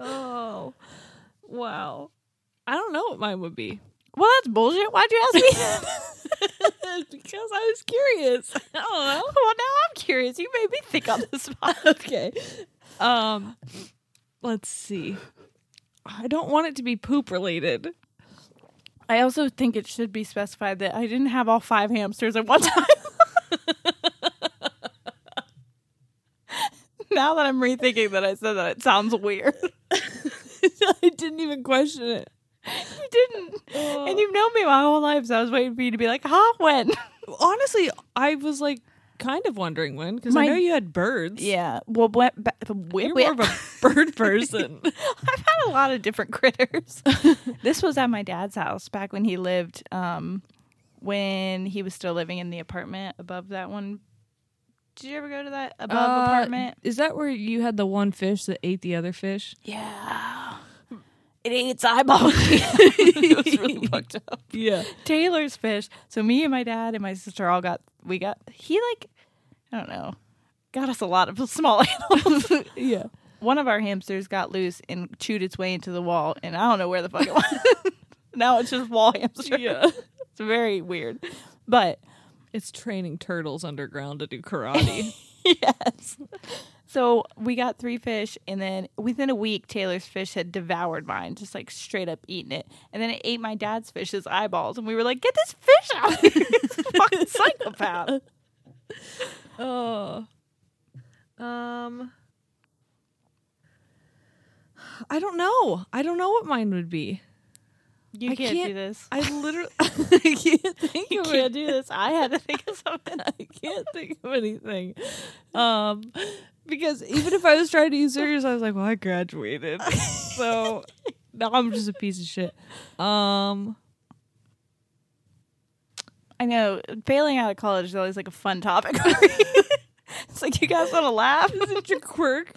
B: Oh, wow. I don't know what mine would be
C: well that's bullshit why'd you ask me
B: *laughs* because I was curious. *laughs* I don't know.
C: well now i'm curious you made me think on the spot
B: *laughs* okay. Um, let's see. I don't want it to be poop related.
C: i also think it should be specified that i didn't have all five hamsters at one *laughs* time now that I'm rethinking that I said that, it sounds weird. *laughs*
B: I didn't even question it.
C: you didn't. And you've known me my whole life, so I was waiting for you to be like, huh, when?
B: Honestly, I was like kind of wondering when because I
C: My-
B: know you had birds.
C: Yeah. Well, went ba-
B: You're more of *laughs* a bird person. *laughs*
C: *laughs* I've had a lot of different *laughs* critters. this was at my dad's house back when he lived, um, when he was still living in the apartment above that one. Did you ever go to that above
B: Uh,
C: apartment?
B: Is that where you had the one fish that ate the other fish?
C: Yeah. It eats eyeballs. *laughs* it was *laughs* really fucked up.
B: Yeah.
C: Taylor's fish. So me and my dad and my sister all got we got he like I don't know got us a lot of *laughs* small animals.
B: Yeah.
C: One of our hamsters got loose and chewed its way into the wall, and I don't know where the fuck it *laughs* went. now it's just wall hamster.
B: *laughs*
C: Yeah, it's very weird. But
B: *laughs* It's training turtles underground to do karate.
C: *laughs* yes, So we got three fish, and then within a week, Taylor's fish had devoured mine, just like straight up eating it. And then it ate my dad's fish's eyeballs, and we were like, "Get this fish out! of here, It's a *laughs* fucking psychopath!"
B: Oh.
E: Um,
B: I don't know. I don't know what mine would be.
C: You
B: I
C: can't,
B: can't-
C: do this.
B: I literally *laughs* I can't think
C: You
B: of
C: can't
B: it.
C: do this. I had to think of something.
B: I can't think of anything. Um because even if I was trying to use serious, I was like, well, I graduated. *laughs* so now I'm just a piece of shit. Um
C: I know bailing out of college is always like a fun topic. *laughs* it's like you guys want to laugh.
B: such a quirk.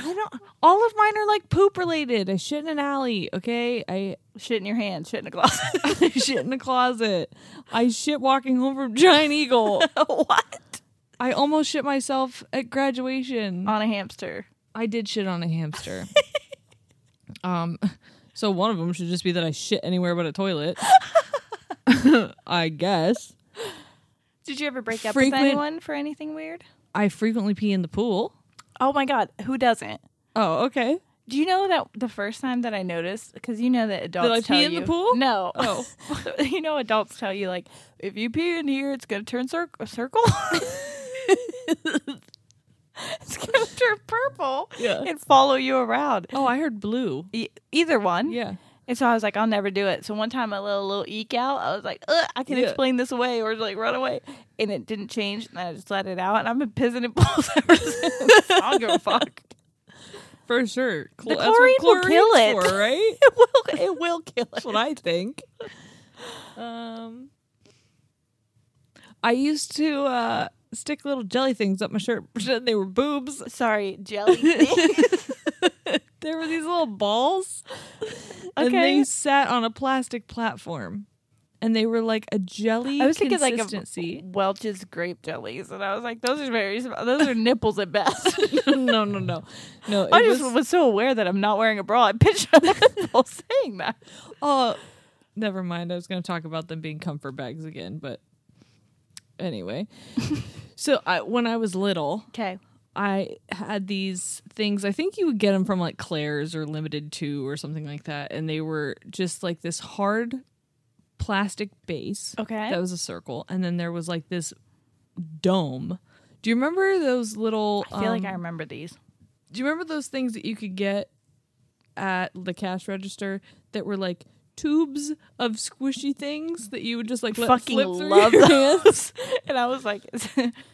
B: I don't all of mine are like poop related. I shit in an alley, okay? I *laughs*
C: Shit in your hand, shit in a glass. *laughs*
B: I shit in the closet. I shit walking home from Giant Eagle.
C: what?
B: I almost shit myself at graduation.
C: On a hamster.
B: I did shit on a hamster. um, so one of them should just be that I shit anywhere but a toilet. I guess
C: Did you ever break
B: up with Frequent- anyone
C: for anything weird?
B: I frequently pee in the pool.
C: Oh my god, who doesn't?
B: Oh, okay.
C: Do you know that the first time that I noticed, because you know that adults
B: I
C: tell
B: pee in the
C: you-
B: pool?
C: No,
B: Oh.
C: *laughs* you know adults tell you like if you pee in here, it's gonna turn cir- a circle. *laughs* it's gonna turn purple
B: Yeah.
C: and follow you around.
B: Oh, I heard blue.
C: E- either one.
B: Yeah.
C: And so I was like, I'll never do it. So one time I let a little eke out. I was like, Ugh, I can
B: Yeah.
C: explain this away or like run away. And it didn't change. And I just let it out. And I've been pissing in *laughs* balls ever since. I don't give a *laughs* fuck.
B: For sure. Cl-
C: The chlorine will kill
B: chlorine's
C: it.
B: For, right?
C: It will, *laughs* it will kill it.
B: That's what I think. Um, I used to uh, stick little jelly things up my shirt, *laughs* pretend they were boobs.
C: Sorry, *laughs* jelly.
B: there were these
C: *laughs*
B: little balls and
C: Okay.
B: they sat on a plastic platform and they were like a jelly
C: I was thinking like of
B: consistency
C: *laughs*
B: *laughs*
C: Welch's grape jellies. And I was like, those are very small. Those are nipples at *laughs* best.
B: no no no no it
C: I just
B: was-
C: was so aware that I'm not wearing a bra. I picture *laughs* people saying that.
B: oh never mind i was going to talk about them being comfort bags again but anyway
C: *laughs*
B: so I, when i was little
C: Okay.
B: I had these things. I think you would get them from like Claire's or Limited Two or something like that, and they were just like this hard plastic base.
C: Okay.
B: that was a circle, and then there was like this dome. Do you remember those little?
C: I feel like I
B: um,
C: remember these.
B: Do you remember those things that you could get at the cash register that were like tubes of squishy things that you would just like let
C: fucking
B: flip through
C: love
B: your
C: those.
B: hands?
C: *laughs* And I was like, what's,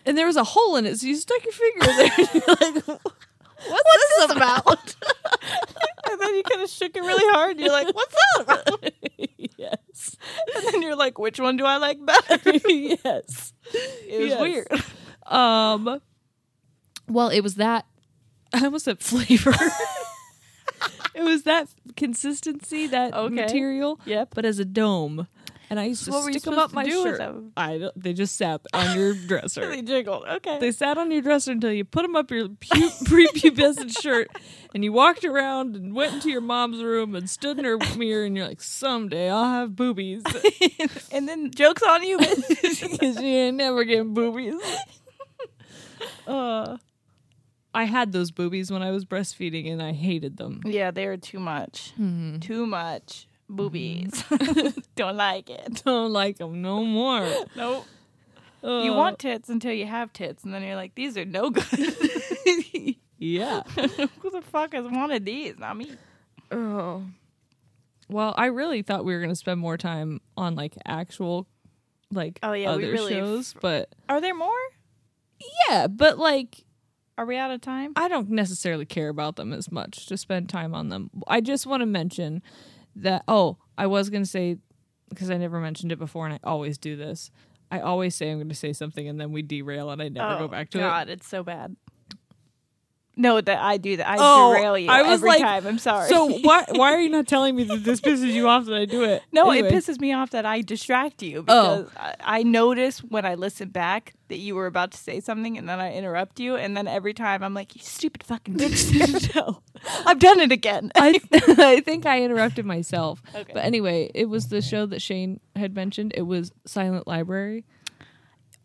B: And there was a hole in it, so you stuck your finger in there.
C: *laughs* this about? *laughs* and then you kind of shook it really hard. And you're like, what's that about?
B: *laughs* yes.
C: And then you're like, which one do I like better?
B: *laughs* yes.
C: It was
B: Yes.
C: weird. *laughs*
B: Um, well, it was that. *laughs* I almost said flavor. *laughs* it was that consistency, that
C: Okay.
B: material,
C: Yep.
B: but as a dome. And I used to
C: What were you
B: stick them up
C: supposed to
B: my
C: do with
B: shirt.
C: them?
B: I don't, they just sat
C: *laughs*
B: on your dresser.
C: They jiggled. Okay.
B: they sat on your dresser until you put them up your pu- *laughs* prepubescent shirt, and you walked around and went into your mom's room and stood in her mirror, and you're like, "Someday I'll have boobies."
C: *laughs* and then jokes on
B: *laughs*
C: you.
B: because you ain't never getting boobies. *laughs* uh, I had those boobies when I was breastfeeding, and I hated them. *laughs*
C: yeah, they were too much.
B: Mm-hmm.
C: Too much boobies.
B: *laughs*
C: *laughs* Don't like it.
B: Don't like them no more.
C: Nope.
B: Uh,
C: You want tits until you have tits, and then you're like, these are no
B: *laughs*
C: good. *laughs*
B: yeah. *laughs*
C: Who the fuck has wanted these? Not me.
B: Oh. Well, I really thought we were gonna spend more time on like actual, like
C: Oh, yeah, we
B: other
C: really-
B: shows, but
C: Are there more?
B: yeah, but like
C: Are we out of time?
B: I don't necessarily care about them as much to spend time on them. I just want to mention that. Oh, I was going to say because I never mentioned it before, and I always do this. I always say I'm going to say something, and then we derail, and I never go back to it.
C: Oh, God, it's so bad. No, that I do that. I
B: Oh,
C: derail you
B: I was
C: every
B: like,
C: time. I'm sorry.
B: So
C: *laughs*
B: why why are you not telling me that this pisses you off that I do it?
C: no,
B: Anyway,
C: it
B: *laughs*
C: pisses me off that I distract you
B: Oh.
C: because I, I notice when I listen back that you were about to say something and then I interrupt you and then every time I'm like, you stupid fucking bitch. *laughs* no, I've done it again. *laughs*
B: I, I think I interrupted myself.
C: Okay.
B: But anyway, it was the show that Shane had mentioned. It was Silent Library.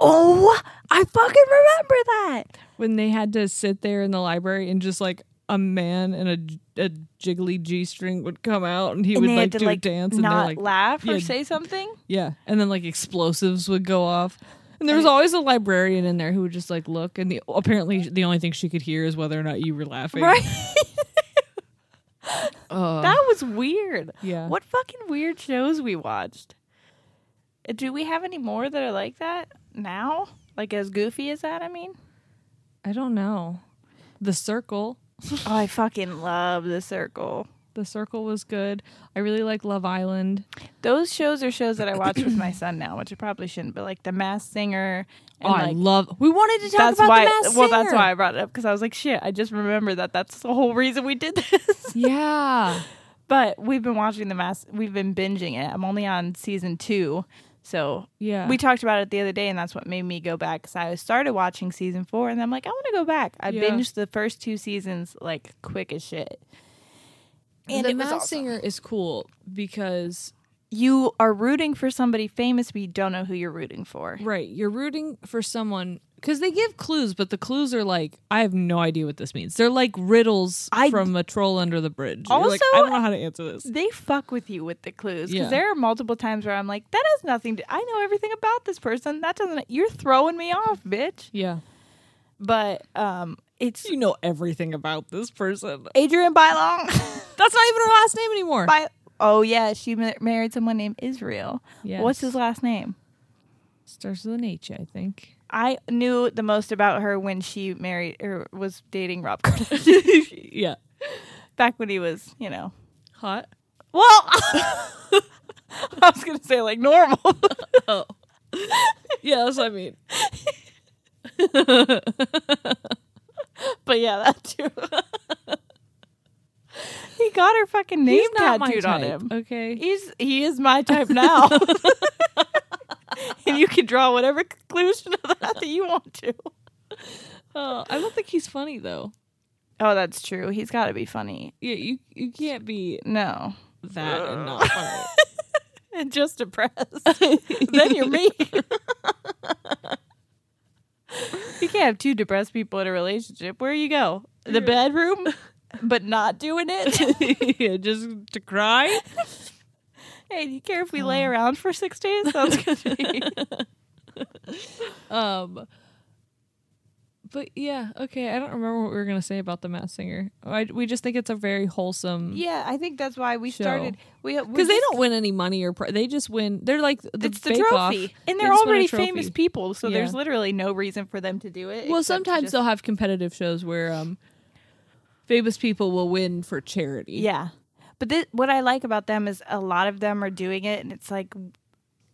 C: Oh, I fucking remember that.
B: when they had to sit there in the library and just like a man and a, a jiggly G string would come out and he
C: and
B: would
C: they
B: like
C: had to
B: do
C: like
B: a dance and
C: not
B: they're like
C: laugh or
B: yeah.
C: say something.
B: yeah, and then like explosives would go off. And there was always a librarian in there who would just like look and the apparently the only thing she could hear is whether or not you were laughing.
C: Right?
B: Uh,
C: that was weird.
B: yeah.
C: What fucking weird shows we watched? Uh, Do we have any more that are like that now? Like as goofy as that? I mean,
B: I don't know. The circle.
C: oh, I fucking love The Circle.
B: The circle was good. I really like Love Island.
C: Those shows are shows that I watch with
B: *clears throat*
C: my son now, which I probably shouldn't. But like The Mass Singer.
B: oh, I love. We wanted to talk
C: that's
B: about
C: why.
B: the Masked
C: well, that's
B: Singer.
C: why I brought it up because I was like, shit. I just remember that. That's the whole reason we did this.
B: yeah.
C: But we've been watching the mass. We've been binging it. I'm only on season two, so
B: Yeah.
C: we talked about it the other day, and that's what made me go back because I started watching season four, and I'm like, I want to go back. I
B: Yeah.
C: binged the first two seasons like quick as shit. And
B: the
C: it was
B: Masked
C: awesome.
B: Singer is cool because
C: You are rooting for somebody famous, but you don't know who you're rooting for.
B: right, you're rooting for someone because they give clues, but the clues are like I have no idea what this means. They're like riddles
C: I-
B: from a troll under the bridge. You're like,
C: Also-
B: I don't know how to answer this.
C: They fuck with you with the clues because
B: Yeah.
C: there are multiple times where I'm like, that has nothing to. I know everything about this person. That doesn't. You're throwing me off, bitch.
B: Yeah,
C: But um, it's
B: you know everything about this person.
C: Adrian *laughs* Bylong.
B: That's not even her last name anymore.
C: By oh yeah, she ma- married someone named Israel.
B: Yes.
C: What's his last name?
B: Starts with an H, I think.
C: I knew the most about her when she married or was dating Rob Kardashian
B: Yeah,
C: *laughs* back when he was, you know.
B: hot.
C: Well, *laughs* I was gonna say like normal. *laughs*
B: Yeah, that's what I mean.
C: But yeah, that too. *laughs* he got her fucking name
B: He's not my
C: tattooed on
B: type,
C: him.
B: Okay.
C: He's he is my type
B: *laughs*
C: now. *laughs* and you can draw whatever conclusion of that that you want to.
B: Oh, I don't think he's funny though.
C: Oh, that's true. He's got to be funny.
B: Yeah, you you can't be
C: No.
B: that and not funny. *laughs*
C: and just *laughs* depressed. then you're me. *laughs* you can't have two depressed people in a relationship. Where you go? The *laughs* bedroom, but not doing *laughs* it.
B: yeah, just to cry.
C: hey, do you care if we lay around for six days? *laughs* Sounds good to me.
B: Um, but yeah, okay. I don't remember what we were gonna say about the Mass Singer. I, we just think it's a very wholesome.
C: yeah, I think that's why we
B: Show.
C: started. We
B: Because they don't win any money or pri they just win. They're like the
C: It's the
B: Bake
C: trophy,
B: Off.
C: and
B: They
C: they're
B: just win a
C: already
B: trophy.
C: famous people, so there's
B: Yeah.
C: literally no reason for them to do it.
B: Well,
C: except to
B: sometimes
C: just-
B: they'll have competitive shows where um, famous people will win for charity.
C: Yeah. But thi- what I like about them is a lot of them are doing it, and it's like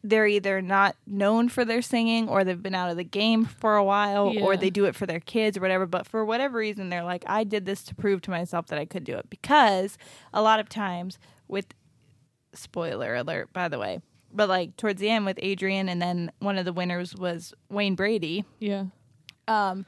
C: they're either not known for their singing or they've been out of the game for a while or
B: Yeah.
C: they do it for their kids or whatever. But for whatever reason, they're like, I did this to prove to myself that I could do it. Because a lot of times, with spoiler alert, by the way, but like towards the end with Adrian, and then one of the winners was Wayne Brady
B: yeah.
C: um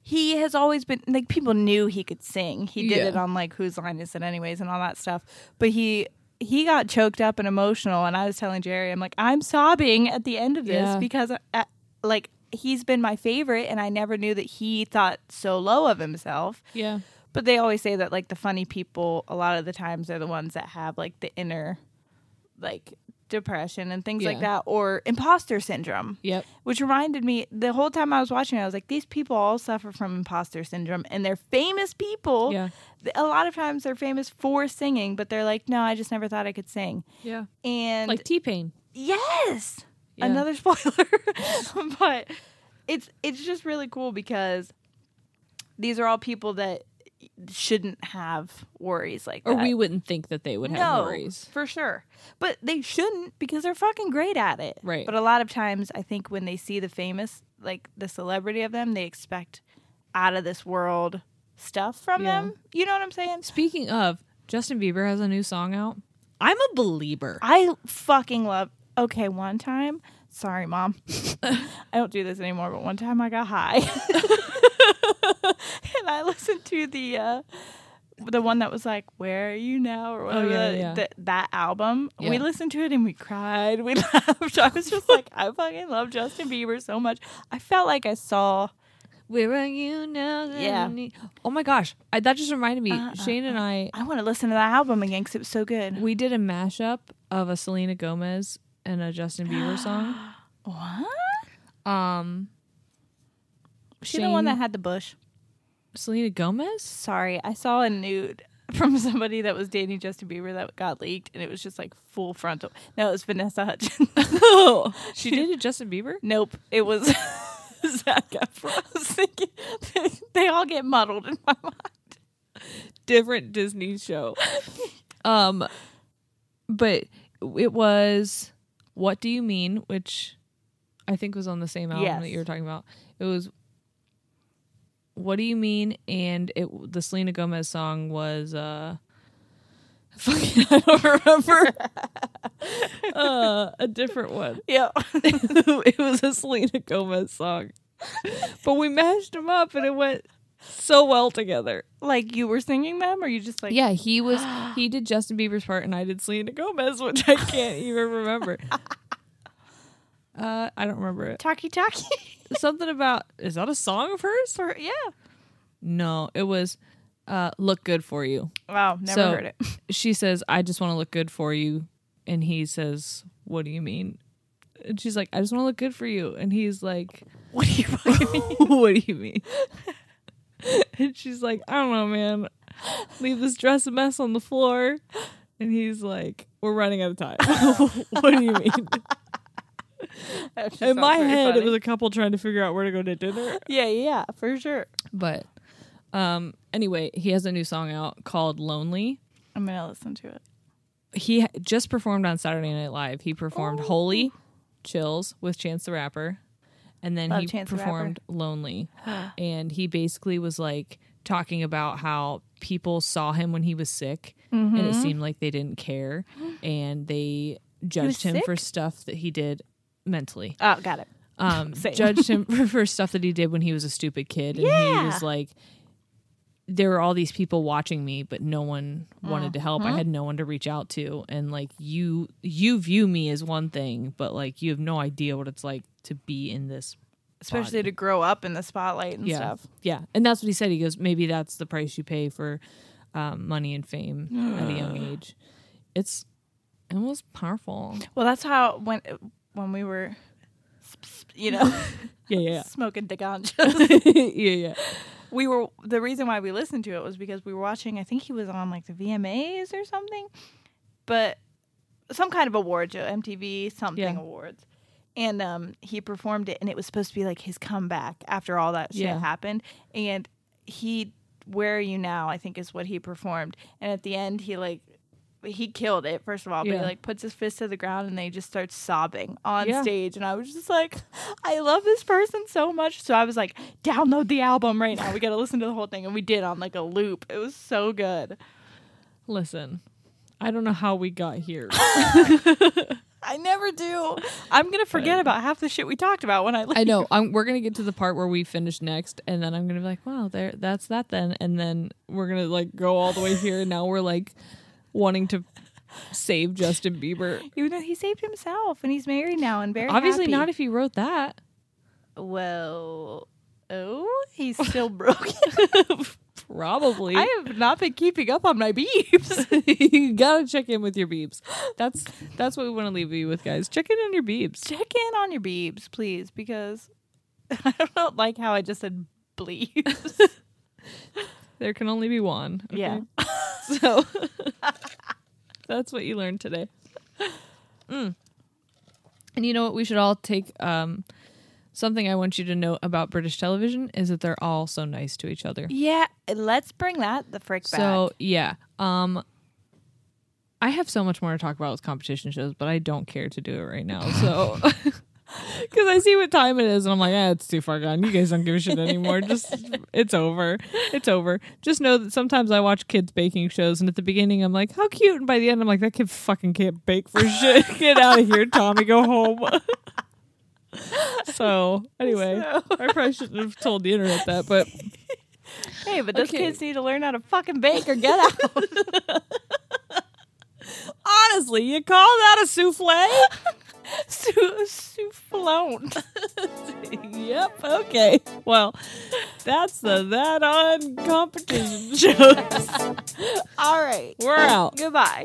C: he has always been like people knew he could sing. He did
B: Yeah.
C: it on like whose line is it anyways and all that stuff. But he he got choked up and emotional and I was telling Jerry I'm like I'm sobbing at the end of this
B: Yeah.
C: because uh, like he's been my favorite and I never knew that he thought so low of himself.
B: Yeah.
C: But they always say that like the funny people a lot of the times are the ones that have like the inner like depression and things like
B: Yeah.
C: that or imposter syndrome
B: Yep.
C: which reminded me the whole time I was watching it, I was like, these people all suffer from imposter syndrome and they're famous people.
B: Yeah.
C: Th- A lot of times they're famous for singing, but they're like, no, I just never thought I could sing.
B: Yeah.
C: And
B: Like T Pain.
C: yes,
B: Yeah.
C: another *laughs* spoiler, but it's it's just really cool because these are all people that shouldn't have worries like
B: Or
C: that.
B: we wouldn't think that they would have worries.
C: For sure. But they shouldn't because they're fucking great at it.
B: Right.
C: But a lot of times I think when they see the famous, like the celebrity of them, they expect out of this world stuff from
B: Yeah.
C: them. You know what I'm saying?
B: Speaking of, Justin Bieber has a new song out. I'm a believer.
C: I fucking love okay, one time sorry mom. *laughs* I don't do this anymore, but one *laughs* time I got high. and I listened to the uh the one that was like, "Where are you now?" or whatever.
B: Oh, yeah,
C: that-
B: yeah.
C: that- that album,
B: Yeah.
C: we listened to it and we cried. We *laughs* laughed. I was just like, I fucking love Justin Bieber so much. I felt like I saw.
B: Where are you now? that
C: Yeah.
B: I need- Oh my gosh, I, that just reminded me. Shane and I,
C: I want to listen to that album again because it was so good.
B: we did a mashup of a Selena Gomez and a Justin Bieber song.
C: What?
B: Um,
C: She the one
B: Shane-
C: that had the bush.
B: Selena Gomez.
C: Sorry, I saw a nude *laughs* from somebody that was dating Justin Bieber that got leaked, and it was just like full frontal. No, it was Vanessa Hudgens. *laughs*
B: She dated Justin Bieber.
C: Nope, it was *laughs* Zac Efron. I was thinking they, they all get muddled in my *laughs* mind.
B: different Disney show. *laughs* um, but it was "What Do You Mean," which I think was on the same album that
C: Yes.
B: you were talking about. It was "What Do You Mean," and it the Selena Gomez song was uh, *laughs* fucking I don't *laughs* remember uh, a different *laughs* one.
C: Yeah,
B: it was a Selena Gomez song, but we mashed them up and it went so well together.
C: like you were singing them, or you just like
B: Yeah, he was. He did Justin Bieber's part, and I did Selena Gomez, *laughs* which I can't even remember. Uh, I don't remember it.
C: talkie talkie. *laughs*
B: Something about is that a song of hers?
C: For- yeah.
B: No, it was uh, "Look Good for You."
C: Wow, never
B: So-
C: heard it. *laughs*
B: She says, "I just want to look good for you," and he says, "What do you mean?" And she's like, "I just want to look good for you," and he's like,
C: *laughs* What
B: *laughs*
C: do you fucking mean?
B: "What do you mean?" *laughs* and she's like, "I don't know, man. Leave this dress a mess on the floor." And he's like, "We're running out of time. *laughs* what do you mean?"
C: *laughs* That just
B: In
C: sounds
B: my
C: very
B: head, it
C: funny.
B: was a couple trying to figure out where to go to dinner.
C: yeah, yeah, for sure.
B: But um, anyway, he has a new song out called "Lonely."
C: I'm gonna listen to it.
B: He ha- just performed on Saturday Night Live. He performed
C: Oh.
B: "Holy," "Chills" with Chance the Rapper, and then
C: Love
B: he
C: Chance the Rapper.
B: performed
C: *gasps*
B: "Lonely." and he basically was like talking about how people saw him when he was sick, and
C: Mm-hmm.
B: it seemed like they
C: *gasps*
B: didn't care, and they judged him for stuff that he did mentally
C: Oh, got it.
B: um,
C: Same.
B: judged him for, for stuff that he did when he was a stupid kid. And he was like, there were all these people watching me, but no one wanted to help. I had no one to reach out to. And like, you, you view me as one thing, but like, you have no idea what it's like to be in this.
C: Especially to grow up in the spotlight and
B: Yeah.
C: stuff.
B: Yeah. And that's what he said. He goes, maybe that's the price you pay for um, money and fame at a young age. It's, it was powerful.
C: Well, that's how when when we were, you know,
B: Yeah. *laughs* Yeah.
C: smoking the ganja.
B: *laughs* yeah. Yeah.
C: *laughs* we were the reason why we listened to it was because we were watching i think he was on like the vmas or something but some kind of award show mtv something
B: Yeah.
C: awards and um he performed it and it was supposed to be like his comeback after all that shit
B: Yeah.
C: happened and he where are you now i think is what he performed and at the end he like he killed it first of all but
B: Yeah.
C: he like puts his fist to the ground and they just start sobbing on
B: Yeah.
C: stage and i was just like i love this person so much so i was like download the album right now we gotta listen to the whole thing and we did on like a loop it was so good
B: Listen, I don't know how we got here.
C: i never do i'm gonna forget about half the shit we talked about when i leave
B: I know. I'm, we're gonna get to the part where we finish next, and then I'm gonna be like, "Wow, there, that's that." Then, and then we're gonna like go all the way here. And now we're like wanting to save Justin Bieber.
C: even though he saved himself and he's married now and very
B: Obviously,
C: happy.
B: not if he wrote that.
C: well oh he's still broke
B: *laughs*
C: *laughs*
B: Probably.
C: i have not been keeping up on my beeps
B: *laughs* you gotta check in with your beeps. That's that's what we want to leave you with, guys. Check in on your beeps.
C: check in on your beebs, please, because *laughs* I don't like how I just said bleeps.
B: There can only be one. okay?
C: Yeah.
B: So that's what you learned today. Mm. And you know what? We should all take um, something I want you to know about British television is that they're all so nice to each other.
C: *laughs* yeah, let's bring that the frick back.
B: So yeah, um, I have so much more to talk about with competition shows, but I don't care to do it right now. So. *laughs* Because I see what time it is, and I'm like, ah, it's too far gone. You guys don't give a shit anymore. Just, *laughs* it's over. It's over. Just know that sometimes I watch kids baking shows, and at the beginning, I'm like, how cute. And by the end, I'm like, that kid fucking can't bake for shit. *laughs* Get out of here, Tommy. Go home. *laughs* so, anyway, I probably shouldn't have told the internet that, but
C: Hey, but those
D: Okay.
C: kids need to learn how to fucking bake or get out.
B: *laughs* Honestly, you call that a souffle?
C: Sou- Soufflone.
B: yep. Okay. Well, that's the that on competition jokes.
C: *laughs* All right.
B: We're out.
C: Goodbye.